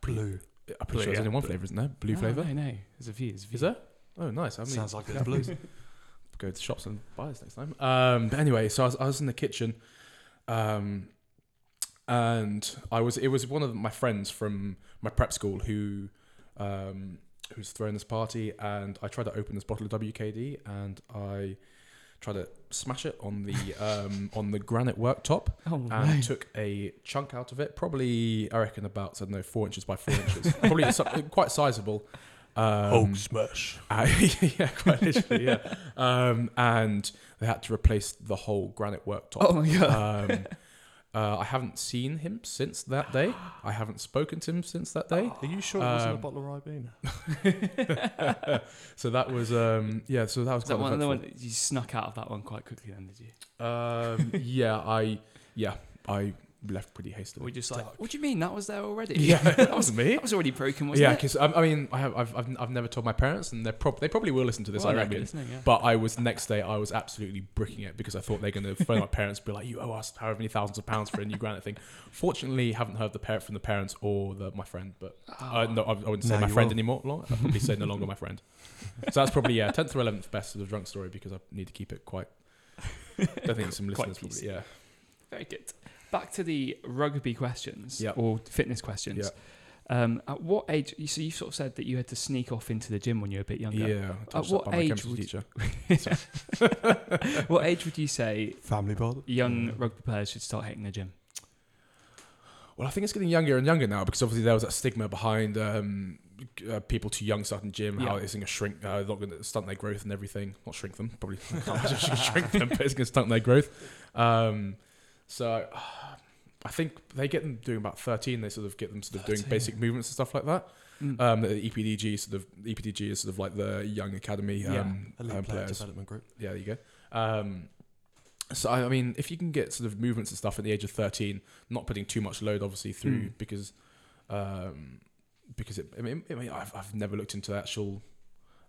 S1: Blue.
S3: I'm pretty sure there's
S2: yeah.
S3: only one flavour, isn't there? Blue
S2: no,
S3: flavour?
S2: No, no, there's a few. There's a few.
S3: Is there? Oh, nice. I mean,
S1: Sounds like
S3: yeah,
S1: it's blue.
S3: [LAUGHS] Go to shops and buy this next time. Um, but anyway, so I was, I was in the kitchen, um, and I was. It was one of my friends from my prep school who, um, who's throwing this party, and I tried to open this bottle of WKD, and I tried to smash it on
S1: [LAUGHS]
S3: the um, on the granite worktop,
S2: Oh,
S3: and
S2: no.
S3: took a chunk out of it. Probably, I reckon, about I don't know, four inches by four inches. Probably some- [LAUGHS] quite sizable.
S1: Oh,
S3: Um,
S1: smash.
S3: I- [LAUGHS] yeah, quite literally, yeah. Um, and they had to replace the whole granite
S2: [LAUGHS]
S3: worktop.
S2: Oh my God.
S3: Um, uh, I haven't seen him since that day. I haven't spoken to him since that day.
S2: Oh.
S1: Are you sure it wasn't
S3: Um,
S1: a bottle of Ribena?
S3: so that was, um, yeah. So that was
S2: Is that
S3: quite
S2: one, the
S3: eventful.
S2: one you snuck out of that one quite quickly then, did you?
S3: Um, yeah, I, yeah, I left pretty
S2: Or
S3: [LAUGHS] hastily.
S2: just like,
S1: Dark.
S2: what do you mean? That was there already?
S3: [LAUGHS] Yeah,
S2: that
S3: that
S2: was
S3: was me.
S2: that was already broken, [LAUGHS] wasn't
S3: Yeah,
S2: it?
S3: because I, I mean, I have, I've, I've, I've never told my parents, and they're prob- they probably will listen to this.
S2: Well,
S3: I
S2: they'll be
S3: reckon.
S2: listening, yeah.
S3: But I was next day. I was absolutely bricking it because I thought they're going to phone my [LAUGHS] parents, be like, "You owe us however many thousands of pounds for a new granite thing." Fortunately, haven't heard the parent from the parents or the, my friend, but uh, no,
S2: Oh,
S3: I, I wouldn't say
S1: Now
S3: my
S1: you
S3: friend
S1: will.
S3: anymore. Long, I'd probably say no longer my friend. So that's probably yeah, tenth or eleventh best of the drunk story because I need to keep it quite. I think some
S2: [LAUGHS] Quite
S3: listeners probably
S2: PC.
S3: yeah.
S2: Very good. Back to the rugby questions
S3: Yeah.
S2: or fitness questions.
S3: Yeah.
S2: Um, at what age? you- So you sort of said that you had to sneak off into the gym when you were a bit younger.
S3: Yeah, I touched
S2: what
S3: that by my
S2: age
S3: chemistry
S2: would you-
S3: teacher.
S2: [LAUGHS] what age would you say
S1: Family Mm. bottle.
S2: young
S3: Hmm.
S2: rugby players should start hitting the gym?
S3: Well, I think it's getting younger and younger now because obviously there was that stigma behind um, uh, people too young starting gym, how
S2: Yeah.
S3: it's going to shrink, uh, not going to stunt their growth and everything. Not shrink them, probably. [LAUGHS] I can't imagine she can shrink them, but it's going to stunt their growth. Um, so uh, I think they get them doing about 13. They sort of get them sort of doing
S1: 13.
S3: basic movements and stuff like that.
S2: Mm.
S3: Um, the EPDG sort of E EPDG is sort of like the young academy
S2: Yeah.
S3: um,
S1: Elite
S3: um,
S1: player
S3: players
S1: development group.
S3: yeah, there you go. Um, so I I mean, if you can get sort of movements and stuff at the age of thirteen, not putting too much load obviously through
S2: Mm.
S3: because, um, because it, I mean, I mean I've, I've never looked into the actual,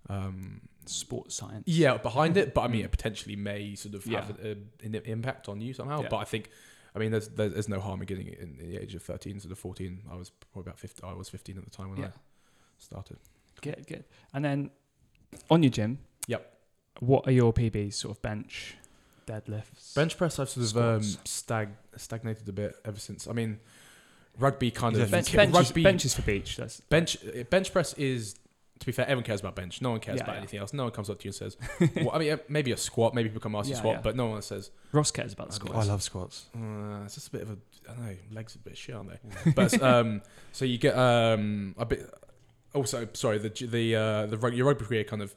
S3: um,
S2: Sports science.
S3: yeah, behind it, but I mean, it potentially may sort of
S2: Mm-hmm. Yeah.
S3: have a- a- an impact on you somehow.
S2: Yeah.
S3: But I think, I mean, there's there's, there's no harm in getting it in, the age of thirteen, sort of fourteen. I was probably about fifteen. I was fifteen at the time when
S2: Yeah.
S3: I started.
S2: Good, good. And then on your gym.
S3: Yep.
S2: What are your PBs? Sort of bench, deadlifts.
S3: Bench press, I've sort of um,
S2: Squats.
S3: stag- stagnated a bit ever since. I mean, rugby kind of
S2: Bench,
S1: Bench-
S3: rugby
S2: benches, benches for beach. That's [LAUGHS]
S3: bench uh, bench press is to be fair, everyone cares about bench. No one cares
S2: Yeah,
S3: about
S2: yeah.
S3: anything else. No one comes up to you and
S2: [LAUGHS]
S3: says, well, I mean, uh, maybe a squat. Maybe people come ask you
S2: Yeah,
S3: squat,
S2: yeah.
S3: but no one says,
S2: Ross cares about the
S3: I don't
S1: I
S2: squats.
S3: know.
S1: love squats. [LAUGHS]
S3: uh, it's just a bit of a, I don't know, legs are a bit shit, aren't they? but [LAUGHS] um, so you get um, a bit. Also, sorry, the the uh, the rug- your rugby career kind of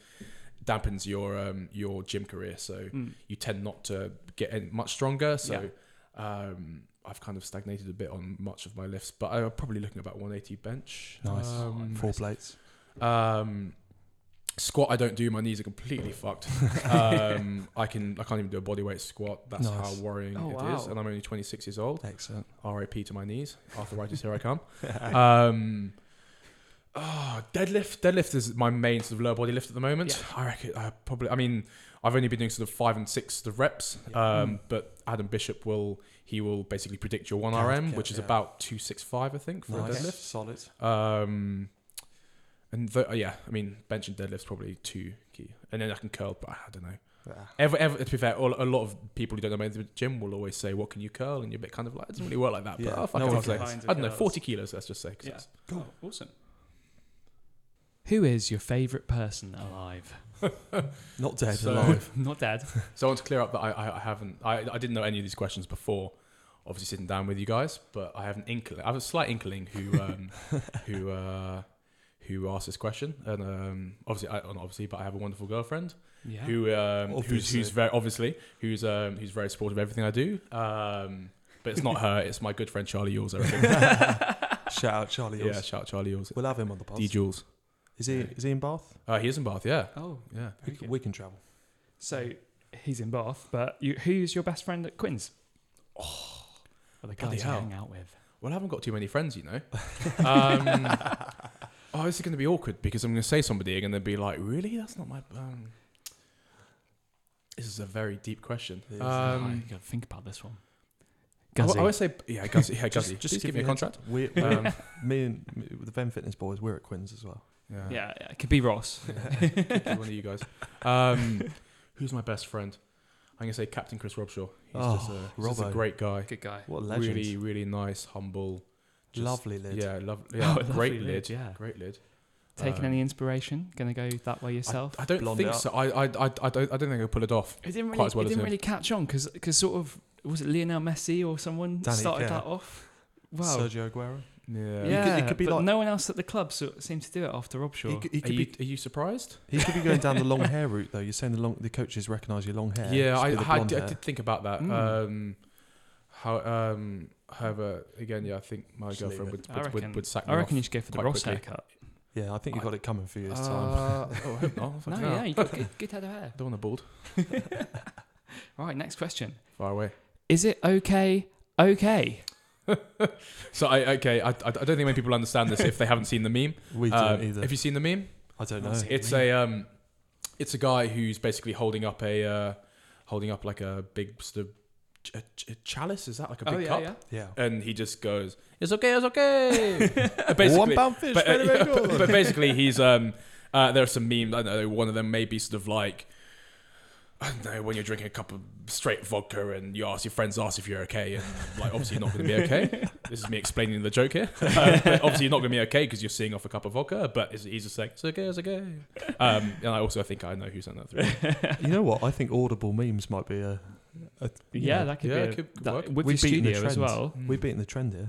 S3: dampens your um, your gym career. So
S2: Mm.
S3: you tend not to get any, much stronger. So um, I've kind of stagnated a bit on much of my lifts, but I'm probably looking at about 180 bench.
S1: Nice.
S3: Um,
S1: Four plates.
S3: um, squat I don't do. My knees
S1: [LAUGHS]
S3: are completely fucked. Um, I can I can't even do a bodyweight squat. That's
S1: Nice.
S3: how worrying
S2: Oh,
S3: it is.
S2: wow.
S3: And I'm only 26 years old.
S1: [LAUGHS] Excellent.
S3: R.I.P. to my knees. Arthritis, here I come. Um, oh, deadlift. Deadlift is my main sort of lower body lift at the moment. I reckon I probably. I mean, I've only been doing sort of five and six sort of reps.
S1: Yeah. Mm.
S3: Um, But Adam Bishop will he will basically predict your one
S1: Count,
S3: RM,
S1: count,
S3: which is
S1: yeah.
S3: about two six five, I think, for
S1: nice.
S3: a deadlift.
S1: Solid.
S3: Um, and th- oh, yeah, I mean, bench and deadlift's probably two key, and then I can curl, but I don't know. Ever, ever to be fair, all, a lot of people who don't know anything about the gym will always say, "What can you curl?" And you're a bit kind of like, "It doesn't really work like that."
S1: Yeah.
S3: But oh, fuck
S1: No
S3: it,
S1: one
S3: I'll say,
S2: can.
S3: I don't know, forty kilos. Let's just say. 'cause
S2: Yeah.
S3: that's-
S2: Cool. awesome. Who is your favourite person alive?
S1: Not dead,
S3: So-
S1: alive.
S2: [LAUGHS] Not
S3: [LAUGHS]
S2: dead.
S3: So I want to clear up that I, I, I haven't, I, I didn't know any of these questions before, obviously sitting down with you guys, but I have an inkling, I have a slight inkling who, um, who, uh, who asked this question, and um, obviously, I, not obviously, but I have a wonderful girlfriend.
S2: Yeah.
S3: who um, who's,
S1: Obviously.
S3: who's very obviously who's um, who's very supportive of everything I do. Um, but it's not her; it's my good friend Charlie Yules. I reckon.
S1: [LAUGHS] Shout out Charlie.
S3: yeah,
S1: Yeah,
S3: shout out Charlie Yules.
S1: we'll have him on the pod.
S3: D Jules.
S1: Is he? Is he in Bath?
S3: Uh, he is in Bath. Yeah,
S2: Oh,
S1: We
S3: yeah.
S2: very
S1: can,
S2: good.
S1: we can
S3: [LAUGHS]
S1: travel.
S2: So he's in Bath, but you, who's your best friend at Quinn's? Oh, the
S3: bloody
S2: guys you
S3: hell.
S2: hang out with.
S3: Well, I haven't got too many friends, you know. Um, oh, this is going to be awkward because I'm going to say somebody and they'll be like, "Really? That's not my." Um... This is a very deep question.
S1: It is.
S2: oh,
S3: Um,
S2: you got to think about this one.
S3: I,
S2: Guzzy.
S3: I would say, yeah, Guzzy. Yeah, Guzzy. Just, give me a
S1: you heads
S3: contract.
S1: up. We,
S3: [LAUGHS]
S1: we,
S3: Um,
S1: me and me, the Ven Fitness boys, we're at Quinn's as well.
S2: yeah, yeah, it could be Ross.
S3: [LAUGHS] Could be one of you guys. Um, who's my best friend? I'm gonna say Captain Chris Robshaw. He's,
S1: Oh,
S3: just, a, he's just a
S1: Robbo.
S3: great guy.
S2: Good guy.
S1: What a legend!
S3: Really, really nice, humble. just-
S1: Lovely lid.
S3: Yeah,
S1: [LAUGHS]
S3: lovely. Yeah,
S2: Oh,
S3: great
S2: lovely
S3: lid.
S2: lid, yeah.
S3: Great lid.
S2: Taking
S3: Um,
S2: any inspiration? Gonna go that way yourself?
S3: I don't
S1: Blonde
S3: think
S1: it up.
S3: so. I, I, I, I don't. I don't think I pull it off.
S2: it didn't really,
S3: quite as
S2: it
S3: well as
S2: didn't
S3: him.
S2: really catch on because sort of was it Lionel Messi or someone
S1: Danny
S2: started
S1: Kerr.
S2: that off? Wow.
S1: Sergio Aguero.
S3: Yeah.
S2: yeah,
S1: it could be
S2: but
S1: like-
S2: no one else at the club so, seemed to do it after Robshaw.
S1: He, could- he
S3: Are
S1: could
S3: you,
S1: be.
S3: are you surprised?
S1: He could be going down the long hair route though. You're saying the long, the coaches recognise your long hair.
S3: Yeah,
S1: Just
S3: I,
S1: be the
S3: I,
S1: blonde
S3: did, I
S1: hair.
S3: did think about that.
S2: Mm.
S3: Um, how? Um, however, again, yeah, I think my
S1: Just leave
S3: girlfriend
S1: it.
S3: would,
S2: I
S3: would,
S2: reckon,
S3: would, would sack me
S2: I reckon you
S3: off.
S2: should go for the
S3: quite
S2: Ross
S3: quickly.
S2: haircut.
S1: Yeah, I think you've got it coming for years time. [LAUGHS]
S3: Uh, oh, I hope [LAUGHS] not.
S2: No,
S3: Fucking
S2: yeah,
S3: hell.
S2: you've got good, good head of hair.
S3: Don't want to bald. [LAUGHS]
S2: All right, next question.
S3: Far away.
S2: Is it okay? Okay.
S3: So I okay, I, I I don't think many people understand this if they haven't seen
S1: [LAUGHS]
S3: the meme.
S1: We don't
S3: Um,
S1: either.
S3: Have you seen the meme?
S1: I don't know.
S2: That's it.
S3: It's a um, it's a guy who's basically holding up a uh, holding up like a big sort of ch- a ch- a chalice. Is that like a
S2: Oh,
S3: big cup?
S1: Yeah.
S3: And he just goes, "It's okay, it's okay." Uh,
S4: One
S3: basically,
S4: pound fish,
S3: [LAUGHS] but, uh,
S4: very, very
S3: yeah,
S4: good.
S3: but- but basically he's um uh, there are some memes. I don't know one of them may be sort of like. I don't know when you're drinking a cup of straight vodka and you ask your friends ask if you're okay and like obviously you're not going to be okay. This is me explaining the joke here. Uh, but obviously you're not going to be okay because you're seeing off a cup of vodka. But it's- he's just like it's okay, it's okay. Um, and I also think I know who sent that through.
S1: You know what? I think audible memes might be uh, a. a you
S2: Yeah,
S1: know,
S2: that could
S3: yeah,
S2: be.
S3: it
S2: a-
S3: could- could
S2: that-
S3: work.
S2: With
S1: We've
S2: the
S1: beaten the
S2: studio as
S1: trend.
S2: well,
S3: Hmm.
S1: we're beating the trend here.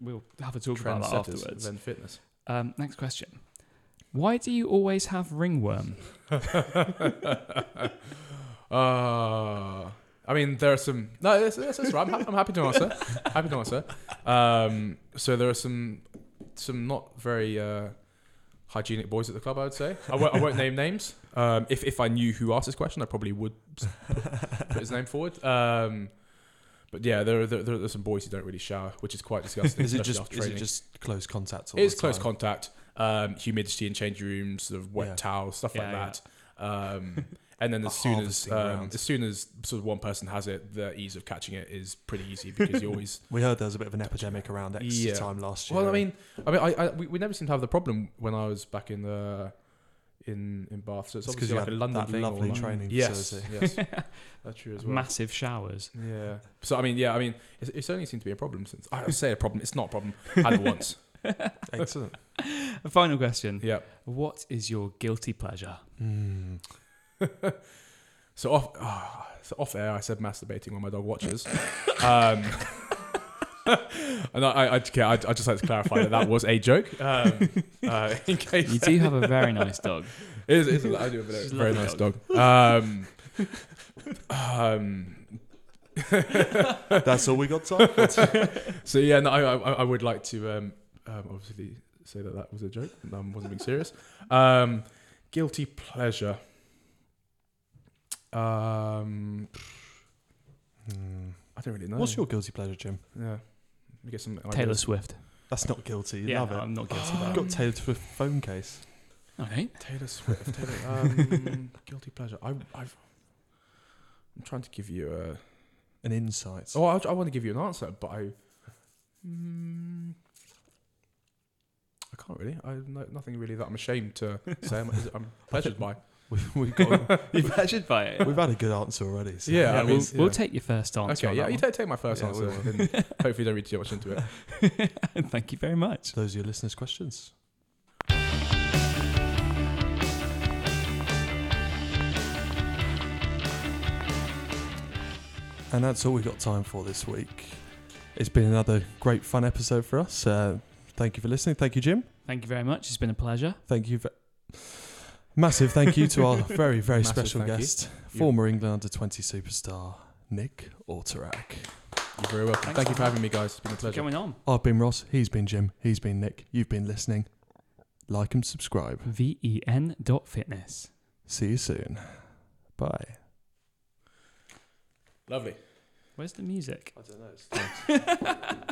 S2: we'll have a talk about that
S3: Trendsetters,
S2: afterwards.
S3: Then fitness.
S2: Um, next question. Why do you always have ringworm?
S3: [LAUGHS] uh, I mean, there are some. No, that's, that's, that's right. I'm, ha- I'm happy to answer. Happy to answer. Um, so there are some some not very uh, hygienic boys at the club. I would say I won't, I won't name names. Um, if if I knew who asked this question, I probably would s- put his name forward. Um, but yeah, there are, there, there are some boys who don't really shower, which is quite disgusting.
S1: Is it
S3: especially
S1: just
S3: after
S1: is it
S3: training.
S1: just close contact? All
S3: It's
S1: the
S3: close
S1: time?
S3: contact, um, humidity and change rooms, sort of wet
S1: Yeah.
S3: towels, stuff like
S2: Yeah, yeah.
S3: that. Um,
S1: [LAUGHS]
S3: and then
S1: A
S3: as soon as
S1: harvesting
S3: um,
S1: ground.
S3: as soon as sort of one person has it, the ease of catching it is pretty easy because you
S1: [LAUGHS]
S3: always. [LAUGHS]
S1: We heard there was a bit of an epidemic around extra
S3: Yeah.
S1: time last year.
S3: Well, I mean, I mean, I, I we, we never seemed to have the problem when I was back in the in in Bath. So it's,
S1: It's 'cause
S3: obviously
S1: you
S3: like a
S1: had
S3: London
S1: that
S3: thing. or
S1: lovely
S3: like-
S1: training
S3: yes,
S1: facility.
S3: yes,
S1: [LAUGHS]
S3: that's
S2: [LAUGHS]
S3: true as well.
S2: Massive showers.
S3: Yeah. So I mean, yeah, I mean, it's, it's only seemed to be a problem since I say a problem. It's not a problem. Had it once. [LAUGHS]
S1: excellent.
S2: A final question.
S3: Yeah.
S2: What is your guilty pleasure?
S1: Mm.
S3: [SIGHS] So off, ah, so off air, I said masturbating when my dog watches. um, and I, I, I, okay, I, I just like to clarify that that was a joke.
S2: [LAUGHS]
S3: Um, uh, in case
S2: You do have a
S3: [LAUGHS]
S2: very nice dog.
S3: It is, it is, a- I do have a
S2: She's a
S3: very
S2: lovely
S3: nice dog. Um, um,
S4: That's all we got time
S3: [LAUGHS]
S4: for.
S3: so yeah, no, I, I, I would like to um, um, obviously say that that was a joke. and I wasn't being serious. Um, guilty pleasure. Um,
S1: Hmm.
S3: I don't really know.
S1: What's your guilty pleasure, Jim?
S3: yeah? Let me get some ideas.
S2: Taylor Swift.
S1: That's not guilty. You
S2: yeah,
S1: love it.
S2: I'm not guilty
S1: I've
S2: about
S1: got
S2: that.
S1: Taylor Swift phone case.
S2: Okay.
S3: Taylor Swift. Taylor, [LAUGHS] um, guilty pleasure. I, I've, I'm trying to give you a.
S1: An insight.
S3: Oh, I, I want to give you an answer, but I. Mm, I can't really. I no, nothing really that I'm ashamed to say. I'm, is- I'm pleasured by.
S1: We, we've, got,
S2: You're pressured by it.
S1: we've had a good answer already. So.
S3: Yeah,
S2: Yeah,
S3: I mean,
S2: we'll,
S3: yeah.
S2: we'll take your first answer.
S3: Okay,
S2: on
S3: yeah,
S2: that
S3: you
S2: one.
S3: take, take my first
S1: Yeah,
S3: answer.
S1: we
S3: and
S2: [LAUGHS]
S3: hopefully, you don't read too much into it.
S2: Thank you very much.
S1: Those are your listeners' questions. And that's all we've got time for this week. It's been another great fun episode for us. Uh, thank you for listening. Thank you, Jim.
S2: Thank you very much. It's been a pleasure.
S1: Thank you. For Massive thank you
S3: [LAUGHS]
S1: to our very, very
S3: Massive
S1: special
S3: thank you.
S1: guest,
S3: You-
S1: former England under 20 superstar Nick Autorak.
S3: You're very welcome.
S2: Thanks
S3: Thank you
S2: a
S3: for
S2: lot.
S3: having me, guys. It's been a
S2: What's
S3: pleasure.
S2: going on?
S1: I've been Ross, he's been Jim, he's been Nick. You've been listening. Like and subscribe.
S2: VEN E dot fitness.
S1: See you soon. Bye.
S3: Lovely.
S2: Where's the music?
S1: I don't know.
S2: Thanks.